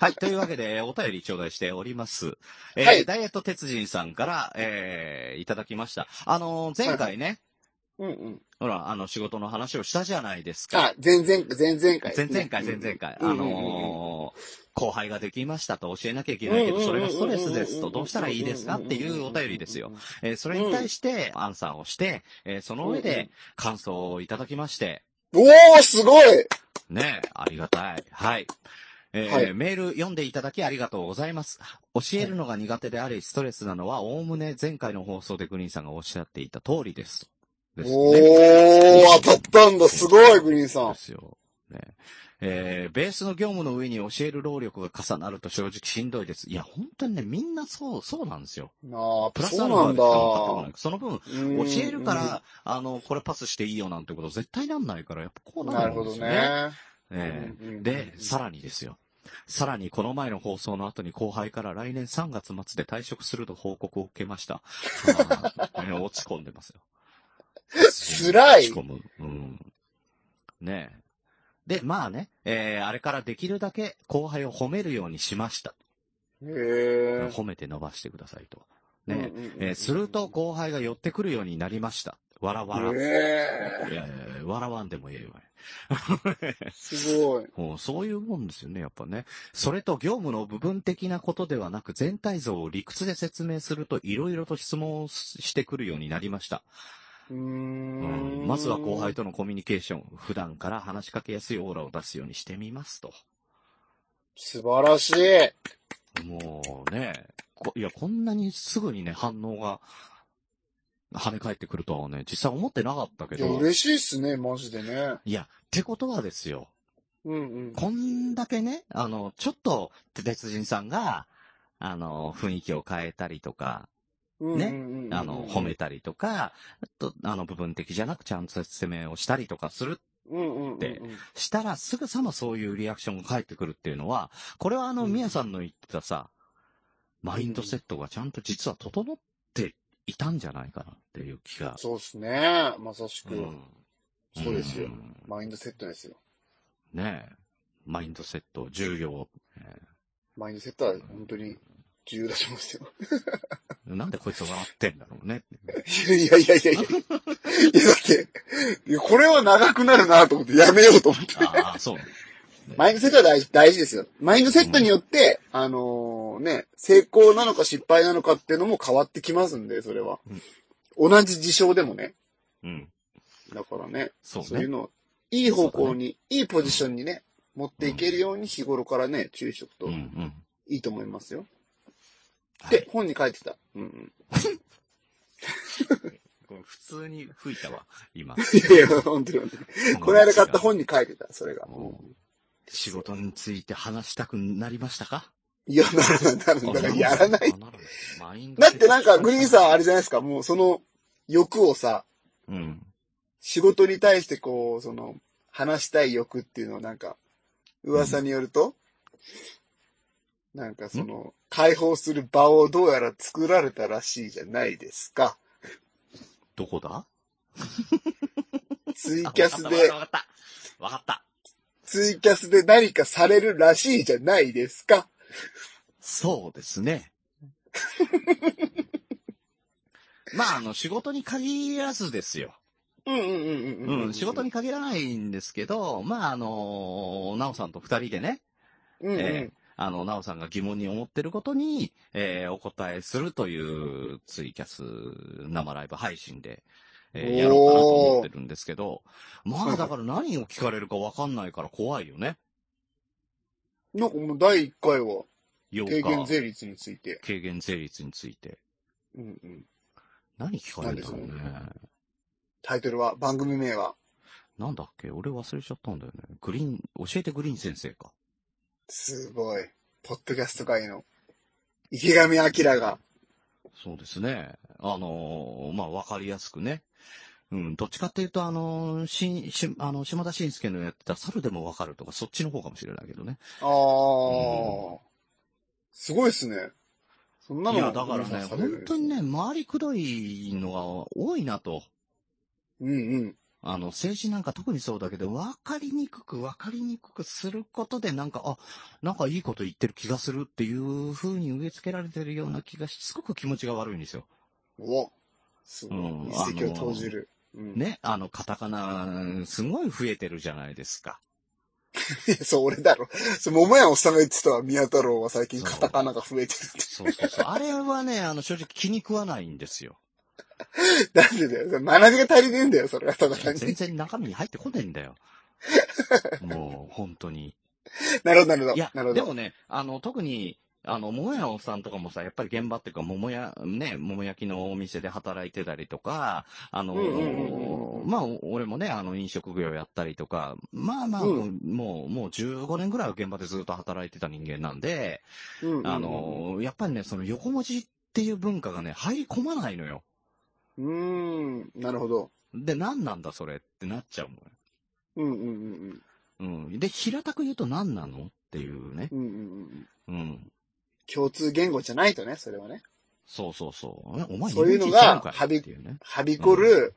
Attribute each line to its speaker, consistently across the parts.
Speaker 1: はい。というわけで、 お便り頂戴しております。えー
Speaker 2: はい
Speaker 1: ダイエット鉄人さんから、えー、いただきました。あのー前回ね、
Speaker 2: うんうん。
Speaker 1: ほら、あの、仕事の話をしたじゃないですか。
Speaker 2: あ、前々回、前々回、
Speaker 1: 前々回、前々回。あのー後輩ができましたと教えなきゃいけないけど、それがストレスですと、どうしたらいいですかっていうお便りですよ。。えーそれに対して、アンサーをして、えーその上で、感想をいただきまして、
Speaker 2: うんうんうんおー、すごい
Speaker 1: ねえ、ありがたい。はい。えー
Speaker 2: はい
Speaker 1: メール読んでいただきありがとうございます。教えるのが苦手であり、ストレスなのは、おおむね前回の放送でグリーンさんがおっしゃっていた通りです。ですよね
Speaker 2: おー、当たったんだ、すごい、グリーンさ
Speaker 1: で
Speaker 2: ん。
Speaker 1: すよ。ね。えーベースの業務の上に教える労力が重なると正直しんどいです。いや、本当にね、みんなそう、そうなんですよ。
Speaker 2: あ
Speaker 1: プ
Speaker 2: あ、
Speaker 1: ラス
Speaker 2: そ
Speaker 1: ア
Speaker 2: う
Speaker 1: ルフ
Speaker 2: な
Speaker 1: ァ
Speaker 2: ん
Speaker 1: で
Speaker 2: だ
Speaker 1: しか。全く来ないその分、
Speaker 2: 教
Speaker 1: 教えるから、、あの、これパスしていいよなんてこと絶対なんないから、やっぱこう
Speaker 2: な
Speaker 1: な
Speaker 2: る
Speaker 1: る
Speaker 2: ほ
Speaker 1: んで
Speaker 2: ど
Speaker 1: すよね。
Speaker 2: ね。
Speaker 1: ええ
Speaker 2: うんうんうん
Speaker 1: で、さらにですよ。さらに、この前の放送の後に後輩から来年3月末で退職すると報告を受けました。まあね 落ち込んでますよ。
Speaker 2: 辛い
Speaker 1: 落ち込む。うん。ねえ。で、まあね、えーあれからできるだけ後輩を褒めるようにしました。
Speaker 2: へえ。
Speaker 1: 褒めて伸ばしてくださいと。
Speaker 2: うん
Speaker 1: ね
Speaker 2: うんうん
Speaker 1: え、えーすると、後輩が寄ってくるようになりました。わらわら。い
Speaker 2: へえ。
Speaker 1: やいやいやわらわんでもええわ。
Speaker 2: すごい。
Speaker 1: うんそういうもんですよね、やっぱね。それと業務の部分的なことではなく、全体像を理屈で説明すると、いろいろと質問をしてくるようになりました。
Speaker 2: うー
Speaker 1: うん
Speaker 2: ん。
Speaker 1: まずは後輩とのコミュニケーション、普段から話しかけやすいオーラを出すようにしてみますと。
Speaker 2: 素晴らしい。
Speaker 1: もうね、こいや、こんなにすぐにね、反応が跳ね返ってくるとはね、実際思ってなかったけ
Speaker 2: いや、
Speaker 1: ど。
Speaker 2: 嬉しいっすね、マジでね。
Speaker 1: いや、ってことはですよ。
Speaker 2: うんうん。
Speaker 1: こんだけね、あの、ちょっと、鉄人さんが、あの、雰囲気を変えたりとか、ね
Speaker 2: ね
Speaker 1: あの、褒めたりとか、あと、あの、部分的じゃなくちゃんと説明をしたりとかする、て
Speaker 2: て
Speaker 1: したら、すぐさまそういうリアクションが返ってくるっていうのは、これはあの、
Speaker 2: うん
Speaker 1: みやさんの言ってたさ、マインドセットがちゃんと実は整っていたんじゃないかなっていう気が。
Speaker 2: そうっすね。まさしく。
Speaker 1: うん
Speaker 2: そうですよ
Speaker 1: ん
Speaker 2: マインドセットですよ。
Speaker 1: ねえ。マインドセット、重要。え
Speaker 2: マインドセットは本当に重要だと思いますよ。
Speaker 1: えなんでこいつ笑ってんだろうね。
Speaker 2: いやいやいやいやいや。いや、だって、いやこれは長くなるなと思ってやめようと思って。
Speaker 1: ああ、そう。
Speaker 2: マインドセットは大事大事ですよ。マインドセットによって、あのーね、成功なのか失敗なのかっていうのも変わってきますんで、それは。同じ事象でもね。
Speaker 1: うん。
Speaker 2: だからね、
Speaker 1: そうね。
Speaker 2: そういうのを、いい方向に、いいポジションにね、持っていけるように日頃からね、注意しとくと
Speaker 1: うんう
Speaker 2: い
Speaker 1: ん。
Speaker 2: いと思いますよ。っ
Speaker 1: はい
Speaker 2: て、本に書いてた。うんうん。
Speaker 1: これ普通に吹いたわ、今。
Speaker 2: いやいや、本当に本当に。 この間買った本に書いてた、それが。
Speaker 1: うん仕事について話したくなりましたか
Speaker 2: いや、なるなるなる。だからやらない。。
Speaker 1: マインド
Speaker 2: だってなんか、グリーンさんあれじゃないですか、もうその欲をさ、
Speaker 1: うん。
Speaker 2: 仕事に対してこう、その、話したい欲っていうのをなんか、噂によると、なんかその、解放する場をどうやら作られたらしいじゃないですか。
Speaker 1: どこだ
Speaker 2: ツイ
Speaker 1: あ
Speaker 2: キャス
Speaker 1: わ
Speaker 2: で、
Speaker 1: かった。わかったわかった。
Speaker 2: ツイキャスで何かされるらしいじゃないですか。
Speaker 1: そうですね。 まあ、あの、仕事に限らずですよ。
Speaker 2: うんうんうんうん
Speaker 1: うん、仕事に限らないんですけど、まあ、あの、なおさんと二人でね、
Speaker 2: うんうん、
Speaker 1: えーあの、なおさんが疑問に思ってることに、えーお答えするというツイキャス生ライブ配信で、えーやろうかなと思ってるんですけど、まだだから何を聞かれるかわかんないから怖いよね。
Speaker 2: なんかもう第1回は、低減
Speaker 1: 8日、
Speaker 2: 税率について。
Speaker 1: 軽減税率について。
Speaker 2: うんうん、
Speaker 1: 何聞かれるんだろうね
Speaker 2: 何で。タイトルは、番組名は、
Speaker 1: なんだっけ俺忘れちゃったんだよね。グリーン、教えてグリーン先生か。
Speaker 2: すごい。ポッドキャスト界の、池上彰が。
Speaker 1: そうですね。あのーまあ、わかりやすくね。うん、どっちかっていうと、あのーし、し、あの、島田紳介のやってた猿でもわかるとか、そっちの方かもしれないけどね。
Speaker 2: あー。すごいっすね。そんないの
Speaker 1: や、だから
Speaker 2: 皆
Speaker 1: ね、
Speaker 2: さんされる
Speaker 1: 本当にね、回りくどいのが多いなと。
Speaker 2: うんうん。
Speaker 1: あの、政治なんか特にそうだけど、わかりにくくわかりにくくすることで、なんか、あ、なんかいいこと言ってる気がするっていう風に植え付けられてるような気がし、すごく気持ちが悪いんですよ。
Speaker 2: おすごい。
Speaker 1: うん
Speaker 2: 一石を投じる。うん。
Speaker 1: ね、あの、カタカナ、すごい増えてるじゃないですか。
Speaker 2: いや そう、俺だろ。そう、桃屋を収めてた宮太郎は最近
Speaker 1: そう
Speaker 2: カタカナが増えて
Speaker 1: そうそうそう。あれはね、あの、正直気に食わないんですよ。
Speaker 2: る。 なんでだよ。それ学びが足りねえんだよ、それはただ単
Speaker 1: 全
Speaker 2: に。
Speaker 1: 然中身に入ってこないんだよ。もう、本当に。
Speaker 2: なるほど、なるほ
Speaker 1: いや
Speaker 2: ど。なる、ほ
Speaker 1: で
Speaker 2: ど。
Speaker 1: もね、あの、特に、あの、桃屋さんとかもさ、やっぱり現場っていうか、桃屋、ね、桃焼きのお店で働いてたりとか、あの、
Speaker 2: うんうんうんうん
Speaker 1: まあ、俺もね、あの、飲食業やったりとか、まあまあ、
Speaker 2: うん
Speaker 1: もう、もう15年ぐらいは現場でずっと働いてた人間なんで、
Speaker 2: うんうんうん
Speaker 1: あ、の、やっぱりね、その横文字っていう文化がね、入り込まないのよ。
Speaker 2: うーん、なるほど。
Speaker 1: で、何なんだそれってなっちゃうのよ。
Speaker 2: うんうんうん
Speaker 1: うん。で、平たく言うと何なのっていうね。
Speaker 2: うん。うんうんうん。
Speaker 1: うん。
Speaker 2: 共通言語じゃないとね、それはね。
Speaker 1: そうそうそう。えお前
Speaker 2: そういうの
Speaker 1: 日
Speaker 2: が
Speaker 1: 本人ちゃんかい
Speaker 2: はび
Speaker 1: っていうね。
Speaker 2: はびこる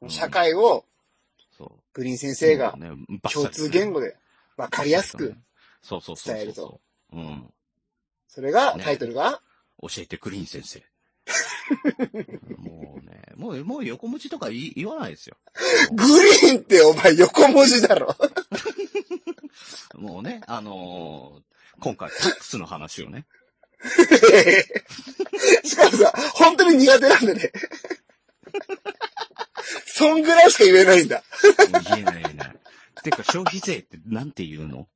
Speaker 1: うん
Speaker 2: 社会を
Speaker 1: そう。
Speaker 2: グリーン先生が
Speaker 1: ね、
Speaker 2: 共通言語
Speaker 1: で
Speaker 2: でわかりやすく、。
Speaker 1: そうそうそうそう。
Speaker 2: 伝えると
Speaker 1: うん。
Speaker 2: それがタイトルが、
Speaker 1: 教えてグリーン先生。 もうね、もう、もう横文字とか言い言わないですよ。
Speaker 2: グリーンってお前横文字だろ。
Speaker 1: もうね、あのー今回タックスの話をね。
Speaker 2: しかもさ、本当に苦手なんだね。そんぐらいしか言えないんだ。
Speaker 1: 言えない言えない。てか消費税ってなんて言うの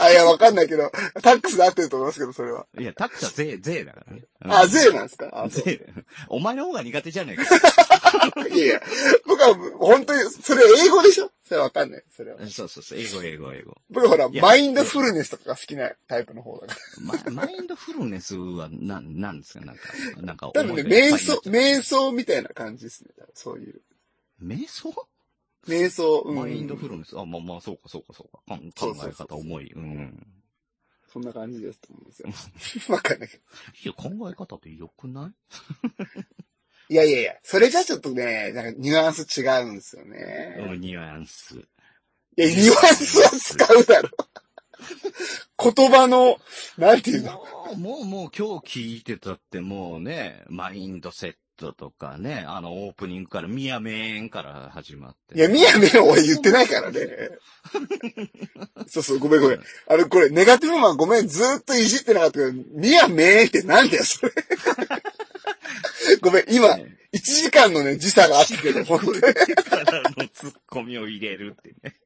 Speaker 2: あ、いや、わかんないけど、タックスで合ってると思いますけど、それは。
Speaker 1: いや、タックスは税、税だからね。うん
Speaker 2: あ、税なんですかあそう
Speaker 1: 税。 お前の方が苦手じゃ ねえか。
Speaker 2: いやいや、僕は本当に、それ英語でしょそれわかんない。それは。
Speaker 1: そうそうそう。英語、英語、英語。
Speaker 2: 僕ほら、
Speaker 1: いや
Speaker 2: マインドフルネスとかが好きなタイプの方だから。
Speaker 1: ママインドフルネスは、な、なんですかなんか、なんか
Speaker 2: 多
Speaker 1: 思
Speaker 2: 分
Speaker 1: い
Speaker 2: ね、
Speaker 1: がいっぱいに
Speaker 2: 瞑
Speaker 1: なっ
Speaker 2: 想、
Speaker 1: ちゃう。
Speaker 2: 瞑想みたいな感じですね。そういう。
Speaker 1: 瞑想
Speaker 2: 瞑想、うん。
Speaker 1: マインドフルネス。あ、まあまあ、そうか、そうか、そうか。かん
Speaker 2: そ
Speaker 1: 考
Speaker 2: うそう
Speaker 1: え
Speaker 2: そう
Speaker 1: 方、思い。うん。
Speaker 2: そんな感じですと思うんですよ。 わかんないけど。
Speaker 1: いや、考え方って良くない
Speaker 2: いやいやいや、それじゃちょっとね、なんかニュアンス違うんですよね。
Speaker 1: うんニュアンス。
Speaker 2: いや、ニュアンスは使うだろ。言葉の、なんていうの
Speaker 1: もう、もう、もう今日聞いてたってもうね、マインドセットとかね、あの、オープニングから、ミヤメーンから始まって。
Speaker 2: いや、みやみや俺言ってないからね。そうそう、ごめんごめん。あれ、これ、ネガティブマンごめん、ずーっといじってなかったけど、みやめーってなんだよ、それ。ごめん、今、1時間のね、時差があったけど、本 当に
Speaker 1: からのツッコミを入れるってね。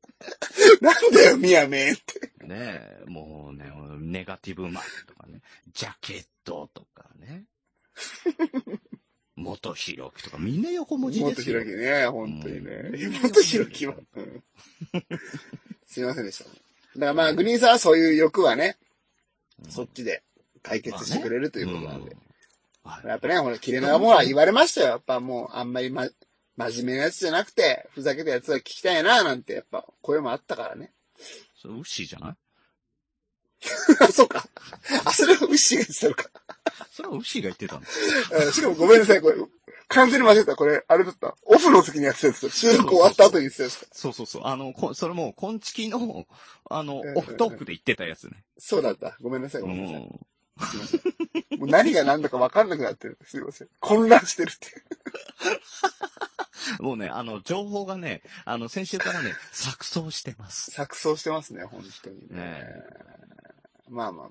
Speaker 2: なんだよ、みやめーって。
Speaker 1: ねえ、もうね、ネガティブマンとかね、ジャケットとか ね、元広樹とか、みんな横文字
Speaker 2: もっ
Speaker 1: で
Speaker 2: と
Speaker 1: すよ
Speaker 2: 広。きね、本当に
Speaker 1: うん
Speaker 2: ね。もっと広きは。うんすいませんでした。だからまあ、グリーンさんはそういう欲はね、そっちで解決してくれると
Speaker 1: と
Speaker 2: いうことなんで。
Speaker 1: は
Speaker 2: や
Speaker 1: い
Speaker 2: っぱね、ほら、切れ長もは言われましたよ。やっぱもう、あんまりま、真面目なやつじゃなくて、ふざけたやつは聞きたいな、なんて、やっぱ、声もあったからね。
Speaker 1: それ、ウッシーじゃない
Speaker 2: そうか。あ、それはウッシーが言ってたのか
Speaker 1: それはウッシーが言ってたんです
Speaker 2: うん。しかもごめんなさい、これ。完全に間違えた。これ、あれだった。オフの時にやってたやつ。収録終わった後に言ってたやつ。
Speaker 1: そうそうそう。あの、こそれも、コンチキの、あの
Speaker 2: うんうん、
Speaker 1: オフトークで言ってたやつね。
Speaker 2: そうだった。ごめんなさい、ご
Speaker 1: う
Speaker 2: めんなさい。
Speaker 1: ん。
Speaker 2: すいません。もう何が何だか分かんなくなってる。すいません。混乱してるって。
Speaker 1: もうね、あの、情報がね、あの、先週からね、錯綜してます。
Speaker 2: 錯綜してますね、本当にね。
Speaker 1: ね
Speaker 2: まあまあま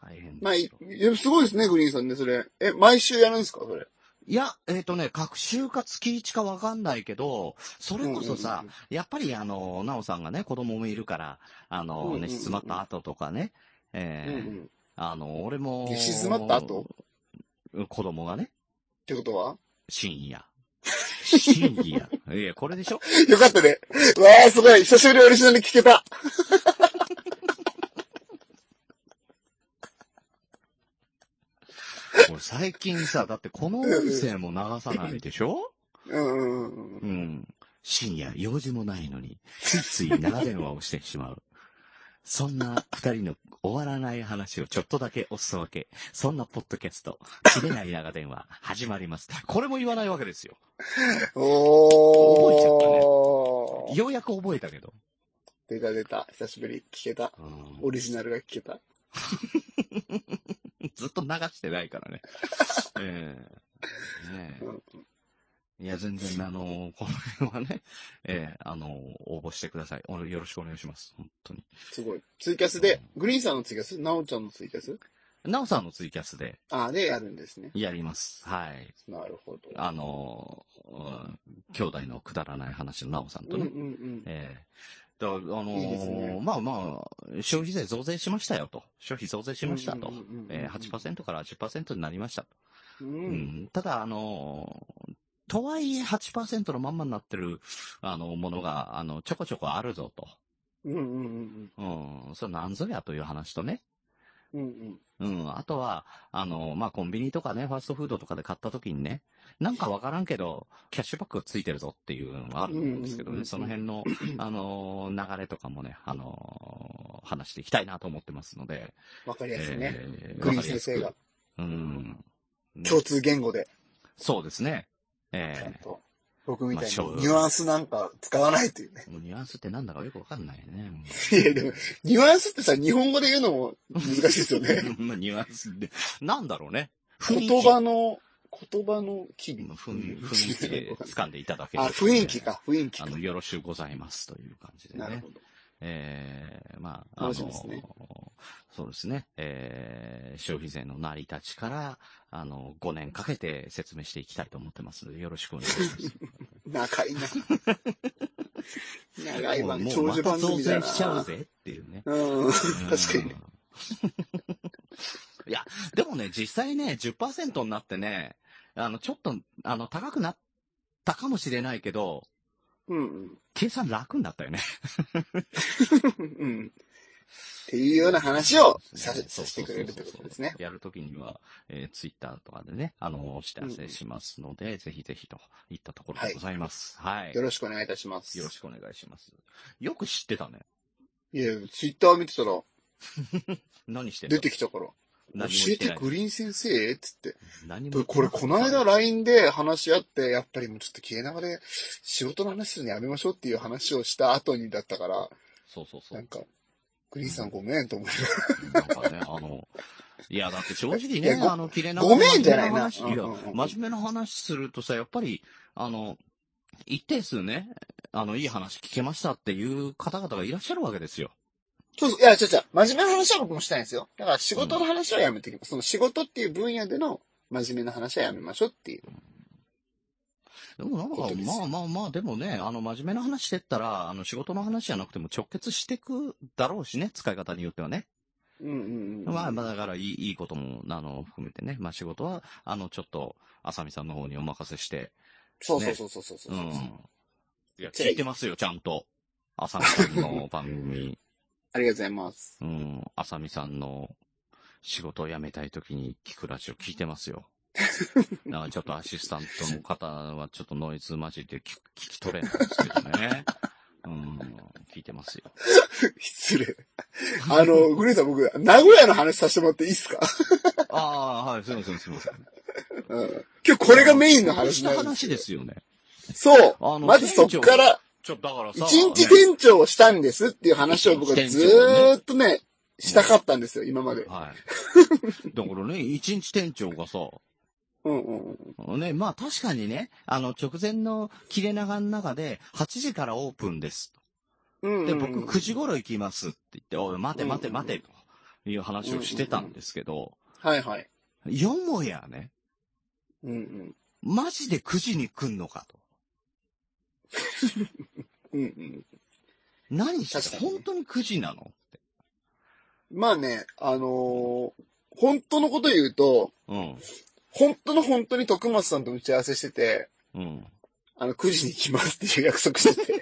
Speaker 2: あ。
Speaker 1: 大変ですよ。
Speaker 2: まあ、いいやすごいですね、グリーンさんね、それ。え、毎週やるんですか、それ。
Speaker 1: いや、えっ、とね、学習か月一かわかんないけど、それこそさ、
Speaker 2: うんうん
Speaker 1: やっぱりあの、なおさんがね、子供もいるから、あの、
Speaker 2: うんうんうん
Speaker 1: 寝静まった後とかね、え
Speaker 2: うんう
Speaker 1: ー
Speaker 2: ん。っ
Speaker 1: あの、俺も、
Speaker 2: 寝静まった後
Speaker 1: 子供がね、
Speaker 2: てことは
Speaker 1: 深夜。深夜。いや、これでしょ
Speaker 2: よかったね。うわー、すごい。久しぶりにオリジナル聞けた。
Speaker 1: 俺最近さ、だってこの音声も流さないでしょ
Speaker 2: うんうんうんうん。
Speaker 1: うん。深夜、用事もないのに、ついつい長電話をしてしまう。そんな二人の終わらない話をちょっとだけお裾分け。そんなポッドキャスト、切れない長電話、始まります。これも言わないわけですよ。
Speaker 2: おー。
Speaker 1: 覚えちゃったね
Speaker 2: ね。
Speaker 1: ようやく覚えたけど。
Speaker 2: 出た出た。久しぶり。聞けた。
Speaker 1: うん
Speaker 2: オリジナルが聞けた。
Speaker 1: ずっと流してないからね。ええねえ
Speaker 2: うん
Speaker 1: いや、全然、あの、この辺はね、ええあの、応募してください。およろしくお願いします。本当に。
Speaker 2: すごい。ツイキャスで、グリーンさんのツイキャスなおちゃんのツイキャス
Speaker 1: なおさんのツイキャスで
Speaker 2: あ、でやるんですね。
Speaker 1: やります。はい。
Speaker 2: なるほど。
Speaker 1: あの、うん兄弟のくだらない話のなおさん
Speaker 2: う
Speaker 1: と
Speaker 2: んう
Speaker 1: ね。
Speaker 2: んうん。
Speaker 1: ええだからあのー
Speaker 2: いいですね
Speaker 1: まあまあ、消費税増税しましたよと。消費増税しましたと
Speaker 2: うんうんうんうん。
Speaker 1: えー、8%から10%になりましたと。
Speaker 2: う。
Speaker 1: うんん、ただ、あのーとはいえ8%のまんまになってる、あの、ものが、あの、ちょこちょこあるぞと。
Speaker 2: うんうんうん
Speaker 1: うん、それなんぞやという話とね。
Speaker 2: うん。うん
Speaker 1: うん、あとは、あの、まあ、コンビニとかね、ファーストフードとかで買った時にね、なんかわからんけど、キャッシュバックがついてるぞっていうのがあるんですけど
Speaker 2: うんうんうんう
Speaker 1: ね、
Speaker 2: ん
Speaker 1: その辺 の、あの、流れとかもね、あの、話していきたいなと思ってますので。
Speaker 2: わかりやすいね。
Speaker 1: えー
Speaker 2: グリーン先生。
Speaker 1: わ
Speaker 2: が
Speaker 1: かりやすくうん。ね
Speaker 2: 共通言語で、
Speaker 1: そうですね。え
Speaker 2: ちゃん
Speaker 1: え
Speaker 2: と。僕みたいに
Speaker 1: まあそう
Speaker 2: ニュアンスなんか使わないというね。
Speaker 1: もうニュアンスってなんだかよくわかんないね。も
Speaker 2: いや、でも、ニュアンスってさ、日本語で言うのも難しいですよね。
Speaker 1: う まあニュアンスって、なんだろうね。雰囲気
Speaker 2: 言葉の、言葉の機微。
Speaker 1: 雰囲雰囲気で掴んでいただけ
Speaker 2: あ、
Speaker 1: ると
Speaker 2: 雰囲気。か、雰囲気
Speaker 1: あ
Speaker 2: か。
Speaker 1: の、よろしゅうございますという感じで
Speaker 2: なる
Speaker 1: ね
Speaker 2: ほ。ど。
Speaker 1: ええまあ、あの、
Speaker 2: 楽しみですね
Speaker 1: そうですね。ええ消費税の成り立ちから、あの、5年かけて説明していきたいと思ってますので、よろしくお願いします。
Speaker 2: 長いな。長い
Speaker 1: もう
Speaker 2: 番、
Speaker 1: もう
Speaker 2: 長
Speaker 1: ま
Speaker 2: 寿
Speaker 1: た
Speaker 2: 番
Speaker 1: 増
Speaker 2: 組だ
Speaker 1: 税
Speaker 2: な。
Speaker 1: しちゃうぜっていうね。
Speaker 2: うん。確かにね。
Speaker 1: いや、でもね、実際ね、10%になってね、あの、ちょっと、あの、高くなったかもしれないけど、
Speaker 2: うんうん。
Speaker 1: 計算楽になったよね。
Speaker 2: うん。っていうような話をさせさせてくれるってことですね。
Speaker 1: やるときには、えー、ツイッターとかでね、あの、お知らせしますので、ぜひぜひといったところでございます。はい。
Speaker 2: よろしくお願いいたします。
Speaker 1: よろしくお願いします。よく知ってたね。
Speaker 2: いや、ツイッター見てたら
Speaker 1: 何してんの
Speaker 2: 出てきたから、教
Speaker 1: 何も言
Speaker 2: え
Speaker 1: って
Speaker 2: て
Speaker 1: ない
Speaker 2: グリーン先生っつって。
Speaker 1: 何も言
Speaker 2: で
Speaker 1: って
Speaker 2: これこの
Speaker 1: な
Speaker 2: 間
Speaker 1: い
Speaker 2: LINE で話し合って、やっぱりもうちょっと消えながら仕事の話するのやめましょうっていう話をした後にだったから、
Speaker 1: そうそうそう
Speaker 2: なん。か、グリーンさんごめんと思って。
Speaker 1: なんかね、あの、いや、だって正直
Speaker 2: い
Speaker 1: ね、
Speaker 2: やご
Speaker 1: あの、綺麗な
Speaker 2: ごめんじゃないな
Speaker 1: 真面目話いや
Speaker 2: うんうんうん
Speaker 1: 真面目な話するとさ、やっぱり、あの、一定数ね、あの、いい話聞けましたっていう方々がいらっしゃるわけですよ。
Speaker 2: そうそう、いや、ちょちょ、真面目な話は僕もしたいんですよ。だから仕事の話はやめてきます。その仕事っていう分野での真面目な話はやめましょうっていう。
Speaker 1: でもなんか
Speaker 2: 本当で、す
Speaker 1: まあまあまあ、でもね、あの、真面目な話してったら、あの、仕事の話じゃなくても直結してくだろうしね、使い方によってはね。
Speaker 2: うんうんうん。
Speaker 1: まあまあ、だからいい、いいことも、あの、含めてね、まあ仕事は、あの、ちょっと、あさみさんの方にお任せして、
Speaker 2: そうそうそうそうそうそうう。
Speaker 1: ん。いや、聞いてますよ、ちゃんと。あさみさんの番組。
Speaker 2: ありがとうございます。
Speaker 1: うん。あさみさんの仕事を辞めたい時に聞くラジオ聞いてます よ。だからちょっとアシスタントの方はちょっとノイズ混じりで聞く聞き取れないんですけどね。うん。聞いてますよ。
Speaker 2: 失礼。 あの、グレーさん僕、名古屋の話させてもらっていいですか
Speaker 1: ああ、はい、すいません、すいません。
Speaker 2: うん。今日これがメインの話
Speaker 1: な
Speaker 2: なんん
Speaker 1: で。
Speaker 2: ですす。
Speaker 1: 話ですよね。
Speaker 2: そう。
Speaker 1: あの
Speaker 2: まずそっか
Speaker 1: 店
Speaker 2: ら、
Speaker 1: ちょ、だから
Speaker 2: 一
Speaker 1: さ。
Speaker 2: 日
Speaker 1: ね
Speaker 2: 店長をしたんですっていう話を僕はずーっとね、したかったんですよ、今まで。
Speaker 1: はい。だからね、一日店長がさ、
Speaker 2: うんうんうん。
Speaker 1: ね、まあ確かにね、あの、直前の切れ長の中で、8時からオープンです。
Speaker 2: うん
Speaker 1: で、
Speaker 2: うん
Speaker 1: 僕9時頃行きますって言って、おい、待て待て
Speaker 2: うんうん
Speaker 1: 待て、という話をしてたんですけど、
Speaker 2: はいはい。
Speaker 1: よもやね、
Speaker 2: うんうん。
Speaker 1: マジで9時に来んのかと。
Speaker 2: うんうん。
Speaker 1: 何し
Speaker 2: 確
Speaker 1: て、
Speaker 2: かに
Speaker 1: 本当に9時なのって。
Speaker 2: まあね、あのー本当のこと言うと、
Speaker 1: うん。
Speaker 2: 本当の本当に徳松さんと打ち合わせしてて、
Speaker 1: うん。
Speaker 2: あの、9時に来ますっていう約束してて。っ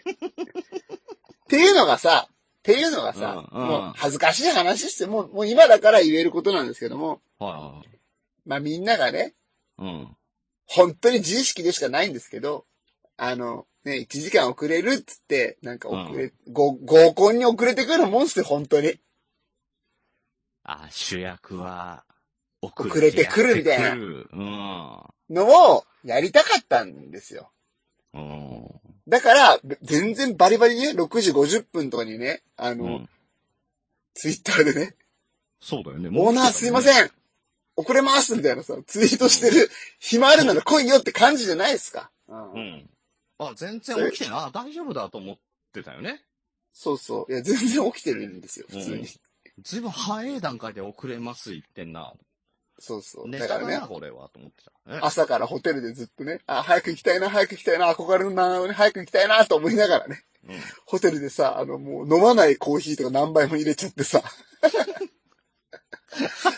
Speaker 2: ていうのがさ、っていうのがさ、
Speaker 1: うんうん
Speaker 2: もう恥ずかしい話っすよ。もう、もう今だから言えることなんですけども、
Speaker 1: は
Speaker 2: まあみんながね、
Speaker 1: いはい。うん。
Speaker 2: 本当に自意識でしかないんですけど、あの、ね、1時間遅れるっつって、なんか遅れ、ご合コンに遅れてくるもんっすよ、本当に。
Speaker 1: あ、主役は遅
Speaker 2: 遅れてくるみたいな
Speaker 1: やってくるうん。
Speaker 2: のをやりたかったんですよ。
Speaker 1: うん。
Speaker 2: だから、べ全然バリバリね、6時50分とかにね、あの、
Speaker 1: うん
Speaker 2: ツイッターでね、
Speaker 1: そうだよね。
Speaker 2: オーナーすいません遅れますみたいなさ、ツイートしてる暇あるなら来いよって感じじゃないですか。う。
Speaker 1: うんん。あ、全然起きてない。あ、大丈夫だと思ってたよね。
Speaker 2: そうそう。いや、全然起きてるんですよ、普通
Speaker 1: うん
Speaker 2: に。
Speaker 1: ずいぶん早い段階で遅れます言ってんな。
Speaker 2: そうそう。
Speaker 1: ネ
Speaker 2: だ
Speaker 1: タ
Speaker 2: か
Speaker 1: だ
Speaker 2: らね
Speaker 1: な、、これは、と思ってた。ね
Speaker 2: 朝からホテルでずっとね、あ、早く行きたいな、早く行きたいな、憧れの長尾に早く行きたいなと思いながらね、
Speaker 1: うん
Speaker 2: ホテルでさ、あの、もう飲まないコーヒーとか何杯も入れちゃっ てさ、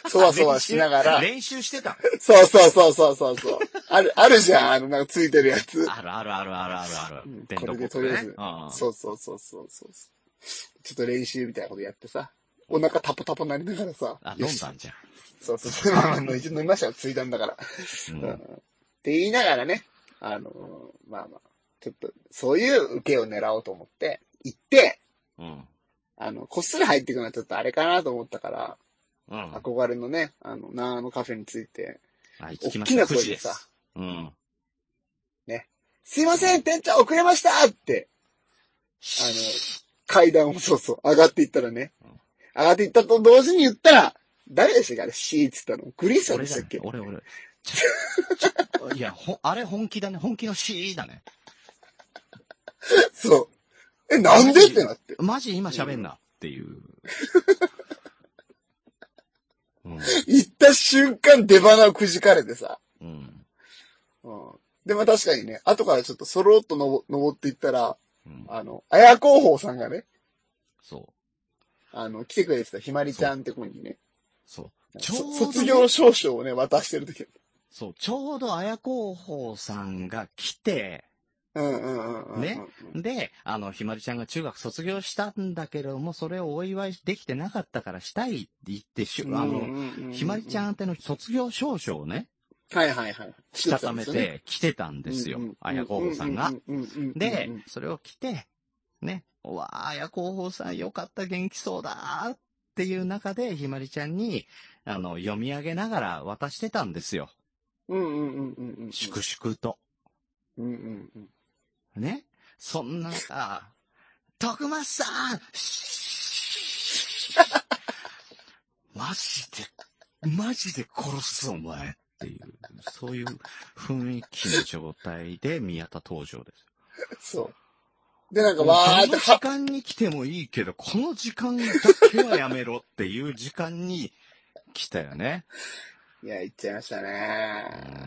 Speaker 2: そわそわしながら、
Speaker 1: 練習練習してた。
Speaker 2: そうそうそうそうそうそう。ある、あるじゃん、あの、なんかついてるやつ。
Speaker 1: あるあるあるあるあるあ
Speaker 2: うん
Speaker 1: る。電動コッ
Speaker 2: こ
Speaker 1: ク
Speaker 2: れでとりあえ
Speaker 1: ね
Speaker 2: ず。
Speaker 1: うん
Speaker 2: そうそうそうそうそう。ちょっと練習みたいなことやってさ、お腹タポタポなりながらさ、
Speaker 1: あ、飲
Speaker 2: よ
Speaker 1: ん
Speaker 2: し
Speaker 1: だんじゃん。
Speaker 2: そうそうそう、まあまあ、一応飲みましたよ、ついたんだから。
Speaker 1: うん
Speaker 2: うんって言いながらね、あのーまあまあ、ちょっと、そういう受けを狙おうと思って、行って、
Speaker 1: うん。
Speaker 2: あの、こっそり入っていくのはちょっとあれかなと思ったから、
Speaker 1: うん。
Speaker 2: 憧れのね、あの、長野カフェについて、
Speaker 1: はい、着
Speaker 2: 大
Speaker 1: きま
Speaker 2: き
Speaker 1: した。9
Speaker 2: な声
Speaker 1: 時
Speaker 2: で
Speaker 1: です
Speaker 2: さ、。
Speaker 1: うん。
Speaker 2: すいません、店長遅れましたって、あの、階段をそうそう、上がっていったらね
Speaker 1: うん、
Speaker 2: 上がっていったと同時に言ったら、誰でしたっけあれ、シーっつったの。グリーンさん
Speaker 1: 俺
Speaker 2: で
Speaker 1: じ
Speaker 2: し
Speaker 1: ゃ
Speaker 2: た
Speaker 1: な
Speaker 2: っ
Speaker 1: い
Speaker 2: け
Speaker 1: 俺、俺。ちょちょいや、ほ、あれ本気だね。本気の C だね。
Speaker 2: そう。え、なんでってなって。
Speaker 1: マジ今喋んなって いう。うん。
Speaker 2: 行った瞬間、出花をくじかれてさ、
Speaker 1: うん。
Speaker 2: うん。で、まあ確かにね、後からちょっとそろっとのぼ登っていったら、
Speaker 1: うん。
Speaker 2: あの、綾広報さんがね、
Speaker 1: そう。
Speaker 2: あの、来てくれてたひまりちゃんって子にね、
Speaker 1: そう。ちょうど
Speaker 2: そ
Speaker 1: ね、
Speaker 2: 卒業証書をね、渡してる時。
Speaker 1: そう、ちょうど綾候補さんが来て、
Speaker 2: うんうんうんうんうん。
Speaker 1: ね。で、あの、ひまりちゃんが中学卒業したんだけれども、それをお祝いできてなかったからしたいって言ってし、あの、
Speaker 2: の
Speaker 1: ひまりちゃん
Speaker 2: ん。
Speaker 1: 宛ての卒業証書をね、
Speaker 2: はいはいはい。
Speaker 1: したためて来てたんですよ
Speaker 2: うんうん、
Speaker 1: 綾候補さんが。。
Speaker 2: うんうんうんうん
Speaker 1: で
Speaker 2: うんうん、
Speaker 1: それを着て、ね、うわあ、や候補さんよかった、元気そうだっていう中で、ひまりちゃんに、あの、読み上げながら渡してたんですよ。
Speaker 2: うんうんうんうんうん。
Speaker 1: 粛々と。
Speaker 2: うんうんうん。
Speaker 1: ね。そんな中、徳松さんシーマジで、マジで殺すぞ、お前。っていう、そういう雰囲気の状態で宮田登場です。
Speaker 2: そう。で、なんか
Speaker 1: こ
Speaker 2: わーって
Speaker 1: の時
Speaker 2: は、
Speaker 1: 間に来てもいいけど、この時間だけはやめろっていう時間に来たよね。
Speaker 2: いや、行っちゃいました
Speaker 1: う
Speaker 2: ね。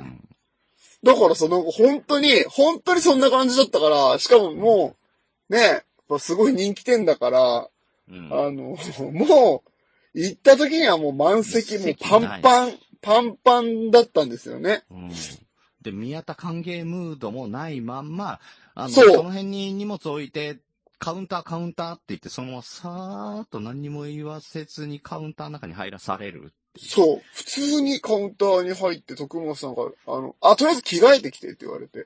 Speaker 1: ん。
Speaker 2: だからその、本当に、本当にそんな感じだったから、しかももう、ね、すごい人気店だから、
Speaker 1: うん。
Speaker 2: あの、もう、行った時にはもう満席、もうパンパン、パンパンだったんですよね。
Speaker 1: うんで、宮田歓迎ムードもないまんま、あの、
Speaker 2: そう
Speaker 1: その辺に荷物置いて、カウンターカウンターって言って、そのままさーっと何にも言わせずにカウンターの中に入らされる。
Speaker 2: そう。普通にカウンターに入って、徳本さんが、あの、あ、とりあえず着替えてきてって言われて、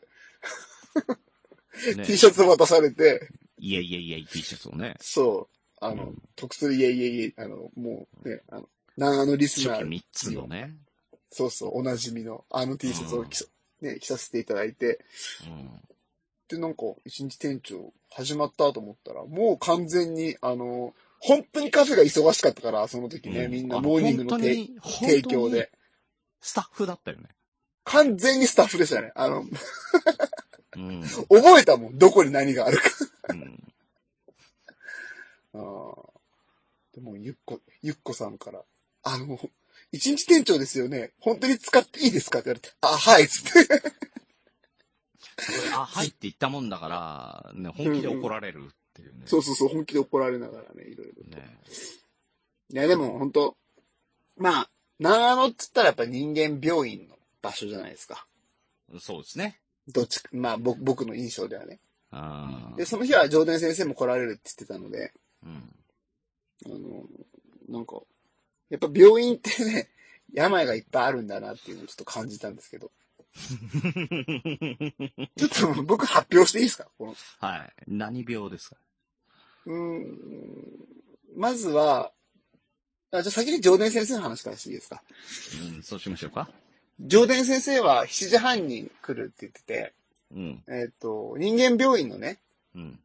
Speaker 1: ね
Speaker 2: T シャツ渡されて、
Speaker 1: いやいやいや、T シャツをね。
Speaker 2: そう。あの、
Speaker 1: うん
Speaker 2: 特するいえいえいえ、あの、もうね、あの、長野リス
Speaker 1: 初期
Speaker 2: ナー、
Speaker 1: 3つのね。
Speaker 2: そうそう、おなじみの、あの T シャツを着さ、ね、着させていただいて、
Speaker 1: うん。
Speaker 2: で、なんか、一日店長始まったと思ったら、もう完全に、あの、本当にカフェが忙しかったから、その時ね、
Speaker 1: うん
Speaker 2: みん
Speaker 1: あ
Speaker 2: な
Speaker 1: の
Speaker 2: モーニングの
Speaker 1: 本当
Speaker 2: て
Speaker 1: に
Speaker 2: 提供。
Speaker 1: 本当に
Speaker 2: で。
Speaker 1: スタッフだったよね。
Speaker 2: 完全にスタッフでしたね。あの、
Speaker 1: うん。
Speaker 2: 覚えたもん、どこに何があるか。
Speaker 1: うん
Speaker 2: あーでも、ゆっこ、ゆっこさんから、あの、一日店長ですよね。本当に使っていいですかって言われて、あ、はい、つって。
Speaker 1: あ、はいって言ったもんだから、ね、本気で怒られるっていうね。
Speaker 2: そうそうそう、本気で怒られながらね、いろいろ。
Speaker 1: ね。
Speaker 2: いや、でも本当まあ、長野っつったらやっぱ人間病院の場所じゃないですか。
Speaker 1: そうですね。
Speaker 2: どっちか、まあ僕僕の印象ではね。
Speaker 1: あー
Speaker 2: で、その日は上田先生も来られるって言ってたので、
Speaker 1: うん。
Speaker 2: あの、なんか、やっぱ病院ってね、病がいっぱいあるんだなっていうのをちょっと感じたんですけど。ちょっと僕発表していいですかこの
Speaker 1: はい。何病ですか
Speaker 2: うーんまずは、あじゃあ先に上田先生の話からしていいですか。
Speaker 1: うん、そうしましょうか。
Speaker 2: 上田先生は7時半に来るって言ってて、
Speaker 1: うん、
Speaker 2: えっ、と、人間病院のね、
Speaker 1: うん、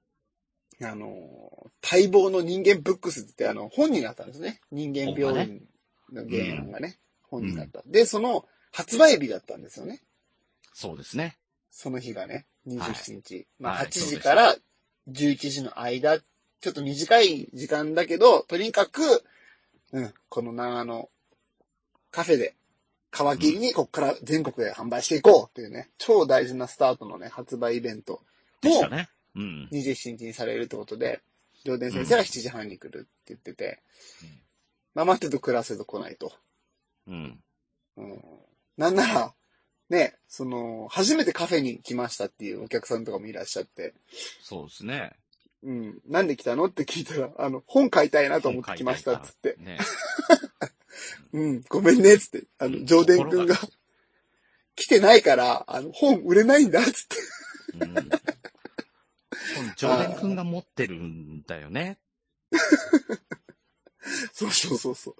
Speaker 2: あの、待望の人間ブックスって、あの、本になったんですね。人間病院の原案がね、本になった。で、その発売日だったんですよね。
Speaker 1: そうですね。
Speaker 2: その日がね、27日。まあ、
Speaker 1: はい
Speaker 2: 8時から11時の間、ちょっと短い時間だけど、とにかく、うん、この長野カフェで、皮切りにこっから全国へ販売していこうっていうね、超大事なスタートのね、発売イベント。
Speaker 1: でしたね。うん。
Speaker 2: 27日にされるってことで、上田先生が7時半に来るって言ってて、まあ待ってと暮らせと来ないと。
Speaker 1: うん。
Speaker 2: うん、なんなら、ね、その、初めてカフェに来ましたっていうお客さんとかもいらっしゃって、
Speaker 1: そうですね。
Speaker 2: うん、なんで来たのって聞いたら、あの、本買いたいなと思って来ましたっつって、
Speaker 1: ね。
Speaker 2: うん、ごめんねっつって、あの、上田くんが来てないから、あの、本売れないんだっつって、
Speaker 1: う ん。常連くんが持ってるんだよね。
Speaker 2: そうそうそうそう。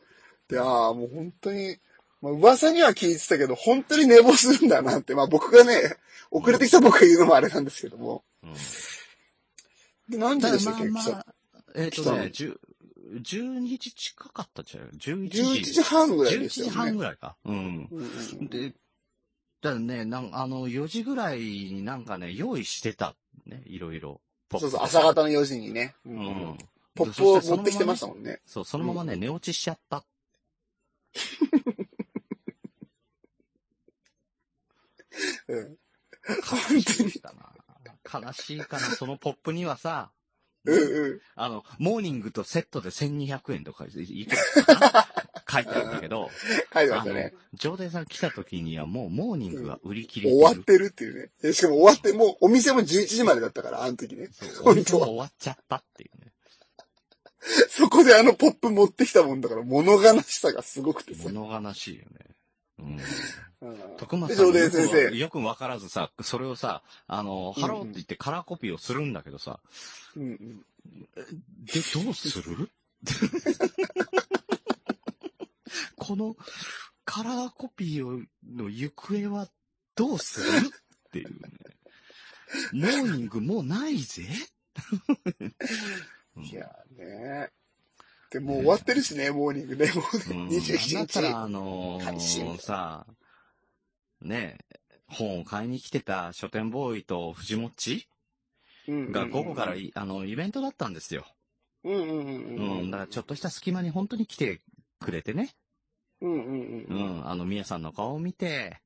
Speaker 2: で、ああ、もう本当に、まあ、噂には聞いてたけど、本当に寝坊するんだなって、まあ僕がね、遅れてきた僕が言うのもあれなんですけども。
Speaker 1: うん。
Speaker 2: で、何時
Speaker 1: た
Speaker 2: で
Speaker 1: だ
Speaker 2: した
Speaker 1: ま
Speaker 2: っ
Speaker 1: あ
Speaker 2: け、
Speaker 1: まあ、えっ、
Speaker 2: 来
Speaker 1: と
Speaker 2: たの
Speaker 1: ね、10 12時近かったんじゃない11
Speaker 2: ?11
Speaker 1: 時
Speaker 2: 時。半ぐらい
Speaker 1: 11
Speaker 2: でした
Speaker 1: 時
Speaker 2: よね。
Speaker 1: 半ぐらいか。うん。
Speaker 2: うんうんうん
Speaker 1: で、だからね、なんあの、4時ぐらいになんかね、用意してた。ね、いろいろ。ポッ
Speaker 2: そ
Speaker 1: プ
Speaker 2: うそう、朝。方の4時にね。う
Speaker 1: うんん。
Speaker 2: ポップを持ってきてましたもんね。
Speaker 1: そう、そのままね、寝落ちしちゃった。
Speaker 2: うん。
Speaker 1: 悲しいかな。悲しいかな。そのポップにはさ、
Speaker 2: うんうん。
Speaker 1: あの、モーニングとセットで1200円とかいくらかな書いてあるんだけど、
Speaker 2: 書いてま
Speaker 1: あ
Speaker 2: した
Speaker 1: の
Speaker 2: ね。、
Speaker 1: 上田さん来た時にはもうモーニングは売り切れて
Speaker 2: 終
Speaker 1: る。
Speaker 2: わってるっていうねえ。しかも終わって、もうお店も11時までだったから、あの時ね。
Speaker 1: そう、お
Speaker 2: 本
Speaker 1: 店
Speaker 2: 当
Speaker 1: も
Speaker 2: は
Speaker 1: 終わっちゃったっていうね。
Speaker 2: そこであのポップ持ってきたもんだから、物悲しさがすごくてさ。
Speaker 1: 物悲しいよね。うん。
Speaker 2: うん
Speaker 1: 徳間
Speaker 2: で
Speaker 1: さん
Speaker 2: 上
Speaker 1: よく
Speaker 2: 田先生。
Speaker 1: よくわからずさ、それをさ、あの、
Speaker 2: うん
Speaker 1: ハローって言ってカラーコピーをするんだけどさ、
Speaker 2: うんうん。
Speaker 1: で、どうする このカラーコピーをの行方はどうするっていうね。モーニングもうないぜ。うん
Speaker 2: いやーねで、もう終わってるしね、モーニングね。もう
Speaker 1: う
Speaker 2: ね、
Speaker 1: ん、
Speaker 2: 27
Speaker 1: だ
Speaker 2: 日
Speaker 1: か。ら、あのー
Speaker 2: 配信
Speaker 1: さ、ねえ、本を買いに来てた書店ボーイと藤もっちが午後からい、あの、イベントだったんですよ。
Speaker 2: うんうんうん
Speaker 1: う、
Speaker 2: うんん。
Speaker 1: だからちょっとした隙間に本当に来てくれてね。
Speaker 2: うんう
Speaker 1: う
Speaker 2: んうんうん。
Speaker 1: ん、あの、みやさんの顔を見て、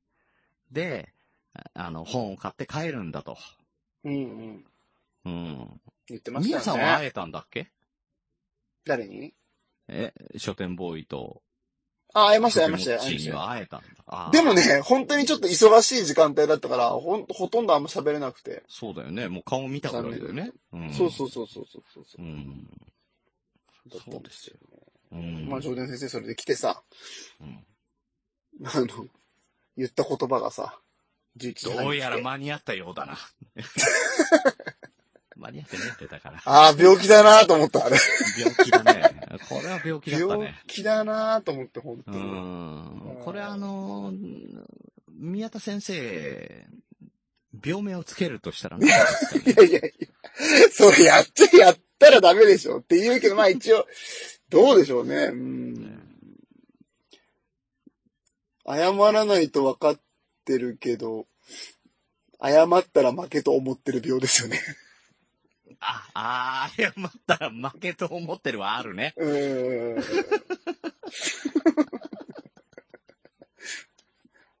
Speaker 1: で、ああの、本を買って帰るんだと。
Speaker 2: うんうん。
Speaker 1: うん。
Speaker 2: 言ってま
Speaker 1: みや
Speaker 2: した
Speaker 1: さ
Speaker 2: よ
Speaker 1: んは
Speaker 2: ね。
Speaker 1: 会えたんだっけ
Speaker 2: 誰に
Speaker 1: え、書店ボーイと、
Speaker 2: あ、会え
Speaker 1: 書
Speaker 2: まし
Speaker 1: 店
Speaker 2: た、会い
Speaker 1: ボ
Speaker 2: ましたよ、
Speaker 1: ッ
Speaker 2: 会
Speaker 1: チ
Speaker 2: いま
Speaker 1: に
Speaker 2: したよ。
Speaker 1: は会えたんだ。あー
Speaker 2: でもね、本当にちょっと忙しい時間帯だったから、ほん、ほとんどあんま喋れなくて。
Speaker 1: そうだよね。もう顔見たぐらいだよね。うん。
Speaker 2: そうそうそうそうそうそう
Speaker 1: う。ん。
Speaker 2: だったんですよ。
Speaker 1: うん。
Speaker 2: まあ、上田先生それで来てさ、
Speaker 1: うん
Speaker 2: あの、言った言葉がさ、11時半に来て
Speaker 1: どうやら間に合ったようだ な。間に合ってねってだから。
Speaker 2: ああ、病気だなーと思った、あれ。
Speaker 1: 病気だね。これは病気だった
Speaker 2: 病
Speaker 1: ね。
Speaker 2: 気だなーと思って、本当
Speaker 1: う
Speaker 2: に。
Speaker 1: ん
Speaker 2: うん。
Speaker 1: これあのー、宮田先生、病名をつけるとしたら何ですかね
Speaker 2: いやいやいや、それやっちゃ、やったらダメでしょって言うけど、まあ一応、どうでしょうね。うん。謝らないと分かってるけど、謝ったら負けと思ってる病ですよね。
Speaker 1: あ、あー、謝ったら負けと思ってるはあるね。
Speaker 2: うーん。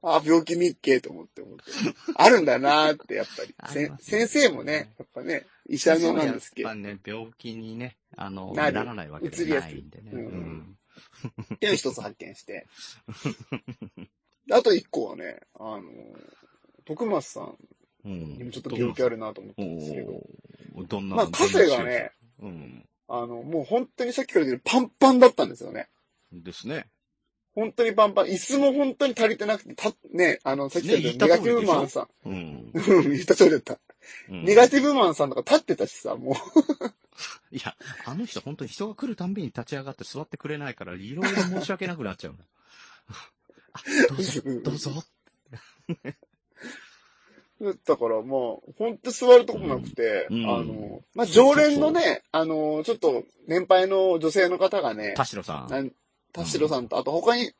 Speaker 2: あ、病気みっけと思って思って。あるんだなーって、やっぱり。せん
Speaker 1: ありますね
Speaker 2: 先生もね、やっぱね、医者のなんですけど
Speaker 1: やっぱ。ね、病気にね、あの、
Speaker 2: な
Speaker 1: な
Speaker 2: る
Speaker 1: らないわけじゃないんでね。
Speaker 2: う
Speaker 1: うんん。
Speaker 2: っていうの一つ発見して。あと一個はね、あの、徳松さん
Speaker 1: うん
Speaker 2: にもちょっと病気あるなと思っ
Speaker 1: お
Speaker 2: たんですけど、
Speaker 1: ーどんな
Speaker 2: まあカフェがね、
Speaker 1: うん。
Speaker 2: あの、もう本当にさっきから言ってるパンパンだったんですよね。
Speaker 1: ですね。
Speaker 2: 本当にパンパン。椅子も本当に足りてなくて、た、ね、あの、さっき言った
Speaker 1: ね
Speaker 2: ネガティブマンさ
Speaker 1: う
Speaker 2: ん。
Speaker 1: ん。
Speaker 2: うん、言った通りだった。
Speaker 1: うん
Speaker 2: ネガティブマンさんとか立ってたしさ、も
Speaker 1: いや、あの人本当に人が来るたんびに立ち上がって座ってくれないから、いろいろ申し訳なくなっちゃう の。あどうぞ、どうぞ。
Speaker 2: だからまあ、ほんと座るとこもなくて、
Speaker 1: うん
Speaker 2: あの、まあ
Speaker 1: そうそう
Speaker 2: 常
Speaker 1: そう
Speaker 2: 連のね、あの、ちょっと年配の女性の方がね、
Speaker 1: 田代さん、
Speaker 2: なん田代さんと、あと他に、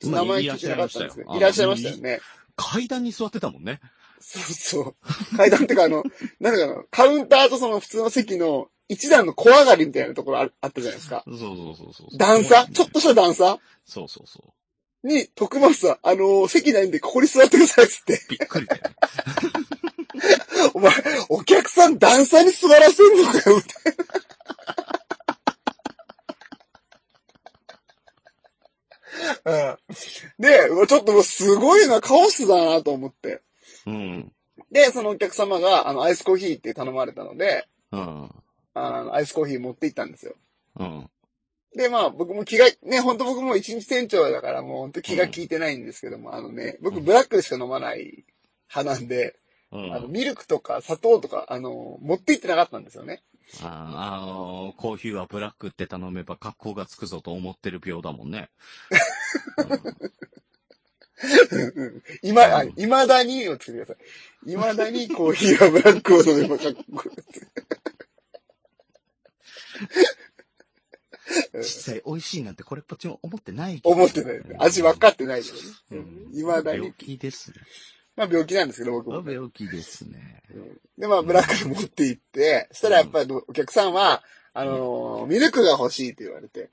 Speaker 2: ちょっと名前聞いてなかったんですけど、
Speaker 1: 今いらっ
Speaker 2: いらっ
Speaker 1: し
Speaker 2: し
Speaker 1: ゃい
Speaker 2: ゃ
Speaker 1: ま
Speaker 2: いま
Speaker 1: し
Speaker 2: したた
Speaker 1: よ
Speaker 2: よね。
Speaker 1: 階段に座ってたもんね。
Speaker 2: そうそう。階段ってかあの、なんだかな、カウンターとその普通の席の一段の小上がりみたいなところああったじゃないですか。
Speaker 1: そうそうそうそう。
Speaker 2: 段差ちょっとした段差
Speaker 1: そうそうそ
Speaker 2: に、徳松さん、あの席ないんでここに座ってくださいっつって。
Speaker 1: う。びっくりだよね。
Speaker 2: お前、お客さん段差に座らせんのかよ、みたいな。 うん、で、うわちょっともうすごいな、カオスだなと思って。
Speaker 1: うん。
Speaker 2: で、そのお客様が、あの、アイスコーヒーって頼まれたので、
Speaker 1: うん。
Speaker 2: あの、アイスコーヒー持って行ったんですよ。
Speaker 1: うん。
Speaker 2: で、まあ、僕も気が、ね、ほんと僕も一日店長だから、もうほんと気が利いてないんですけども、あのね、僕ブラックでしか飲まない派なんで、
Speaker 1: う
Speaker 2: あの、
Speaker 1: ん。
Speaker 2: ミルクとか砂糖とか、あの、持って行ってなかったんですよね。
Speaker 1: ああのーコーヒーはブラックって頼めば格好がつくぞと思ってる病だもんね。
Speaker 2: いま、あ、いまだにをつけてください。いまだにコーヒーはブラックを飲めばかっこい
Speaker 1: うん実際美味しいなんてこれっぽっちも思ってないけど
Speaker 2: 思ってない。味分かってないよ
Speaker 1: う
Speaker 2: ね
Speaker 1: ん。
Speaker 2: いまだに
Speaker 1: 病。気ですね。
Speaker 2: まあ病気なんですけど、僕も。
Speaker 1: 病気ですね。
Speaker 2: で、まあブラックに持って行って、そしたらやっぱりお客さんは、あのーミルクが欲しいって言われて、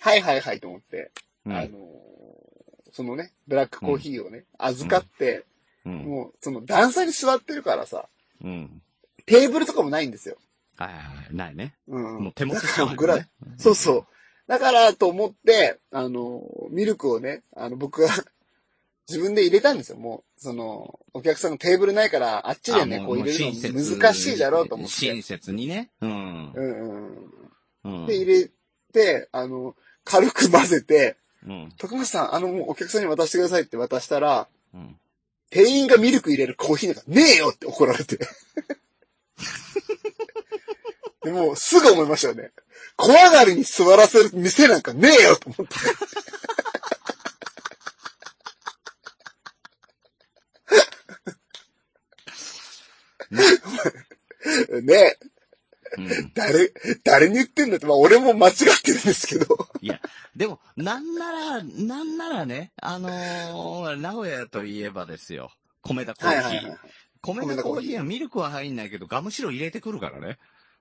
Speaker 2: はいはいはいと思って、
Speaker 1: うん。
Speaker 2: あのーそのね、ブラックコーヒーをね、預かって、
Speaker 1: うん。
Speaker 2: もうその段差に座ってるからさ、
Speaker 1: うん。
Speaker 2: テーブルとかもないんですよ。
Speaker 1: はいはいはい。ないね。
Speaker 2: うん。
Speaker 1: もう手持ちしかな
Speaker 2: だから
Speaker 1: いも
Speaker 2: 僕
Speaker 1: ん
Speaker 2: ら
Speaker 1: ね。
Speaker 2: そうそう。だからと思って、あの、ミルクをね、あの、僕が 自分で入れたんですよ。もう、その、お客さんのテーブルないから、あっちでね、
Speaker 1: あ
Speaker 2: こう入れる
Speaker 1: もう
Speaker 2: の難しいだろうと思って。
Speaker 1: 親切にね。うん。
Speaker 2: うんうん
Speaker 1: うん。
Speaker 2: で、入れて、あの、軽く混ぜて、
Speaker 1: うん。
Speaker 2: 徳松さん、あの、もうお客さんに渡してくださいって渡したら、
Speaker 1: うん。
Speaker 2: 店員がミルク入れるコーヒーなんかねえよって怒られて。 でもうすぐ思いましたよね。小上がりに座らせる店なんかねえよと思って。ねえ、
Speaker 1: うん
Speaker 2: 誰、誰に言ってんだって、まあ俺も間違ってるんですけど。
Speaker 1: でも、なんなら、なんならね、あのー名古屋といえばですよ。米田コーヒー。
Speaker 2: い。
Speaker 1: 米田コーヒーはミルクは入んないけど、ガムシロ入れてくるからね。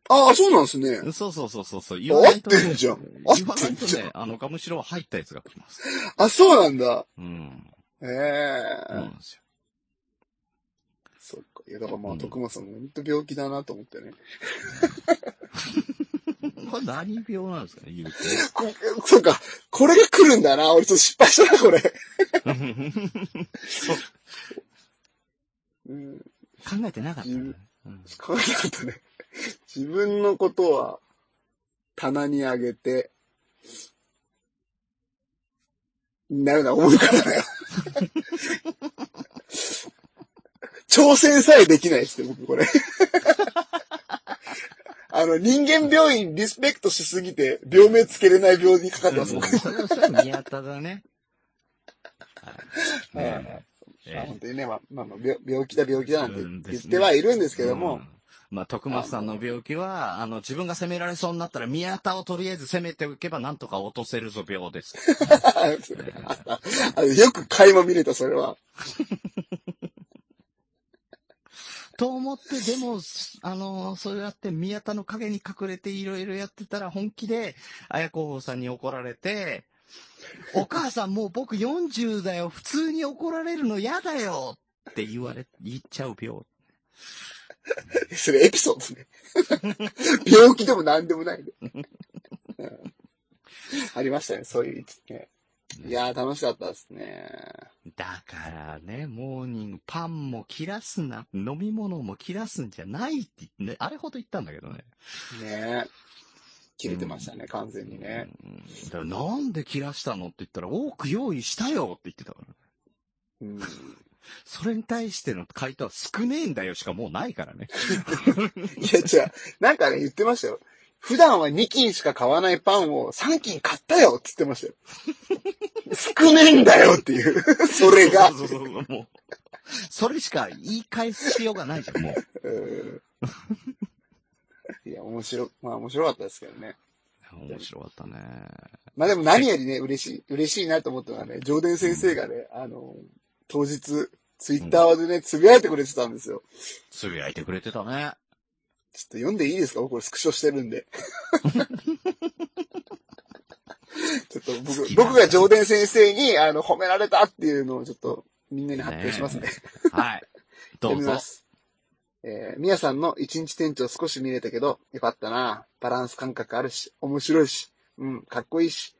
Speaker 2: ああ、そうなんですね。
Speaker 1: そうそうそうそうそう。言わな
Speaker 2: 合っ
Speaker 1: いとね
Speaker 2: てんじゃん。合
Speaker 1: 言わ
Speaker 2: って
Speaker 1: ない
Speaker 2: ん
Speaker 1: と
Speaker 2: じゃ
Speaker 1: ね
Speaker 2: ん。、
Speaker 1: あの、ガムシロは入ったやつが来ます。
Speaker 2: あ、そうなんだ。
Speaker 1: うん。
Speaker 2: ええ
Speaker 1: そうなんですよ。
Speaker 2: そっか。いや、だからま
Speaker 1: う
Speaker 2: あ、
Speaker 1: ん
Speaker 2: 徳間さんも本当病気だなと思ってね。
Speaker 1: これ何病なんですかね、言う
Speaker 2: こ そうか。これが来るんだな。俺ちょっと失敗したな、これ。
Speaker 1: て。
Speaker 2: うん。
Speaker 1: 考えてなかったね、うん
Speaker 2: 考えなかったね。自分のことは、棚にあげて、なるな、思うからだよ。挑戦さえできないですね、僕これ。あの、人間病院リスペクトしすぎて、病名つけれない病にかかってます、僕。
Speaker 1: それはちょっと宮田だね。はい。ねえ
Speaker 2: まあ、
Speaker 1: ええ
Speaker 2: 本当にね、まあ、まあ、まあ病病気だ病気だなんて
Speaker 1: うん
Speaker 2: 言ってはいるんですけども、
Speaker 1: う んまあ、徳松さんの病気は、あの、自分が責められそうになったら、宮田をとりあえず責めておけば、なんとか落とせるぞ、病です。
Speaker 2: あのよく垣間見れた、それは。
Speaker 1: と思って、でも、あの、そうやって宮田の陰に隠れていろいろやってたら、本気で、綾候補さんに怒られて、お母さんもう僕40だよ、普通に怒られるの嫌だよって言われ、言っちゃう病。
Speaker 2: それエピソードね。 病気でも何でもないね、うんありましたね、そういう、ね。いやー、楽しかったですね。
Speaker 1: だからね、モーニング、パンも切らすな、飲み物も切らすんじゃないって言ってね、あれほど言ったんだけどね。
Speaker 2: ね切れてましたね、完全にね。
Speaker 1: うん。だからなんで切らしたのって言ったら、多く用意したよって言ってたから。
Speaker 2: うん
Speaker 1: それに対しての回答は少ねえんだよしかもうないからね。
Speaker 2: いや、違う。なんかね、言ってましたよ。普段は2斤しか買わないパンを3斤買ったよって言ってましたよ。少ねえんだよっていう。それが。
Speaker 1: そうそうそうもう。それしか言い返すしようがないじゃん、もう。
Speaker 2: うんいや、面白、まあ面白かったですけどね。
Speaker 1: 面白かったね。
Speaker 2: まあでも何よりね、嬉しい、嬉しいなと思ったのはね、上田先生がね、あの、当日、ツイッターでね、つぶやいてくれてたんですよ。
Speaker 1: つぶやいてくれてた ね。
Speaker 2: ちょっと読んでいいですか僕これスクショしてるん で。ちょっと
Speaker 1: 好
Speaker 2: 僕
Speaker 1: きだ
Speaker 2: 僕が上田先生にあの褒められたっていうのをちょっとみんなに発表しますね。
Speaker 1: はい。ど
Speaker 2: 読
Speaker 1: う
Speaker 2: み
Speaker 1: ぞ
Speaker 2: ま。す。えー、みやさんの一日店長少し見れたけど、よかったな。バランス感覚あるし、面白いし、うん、かっこいいし。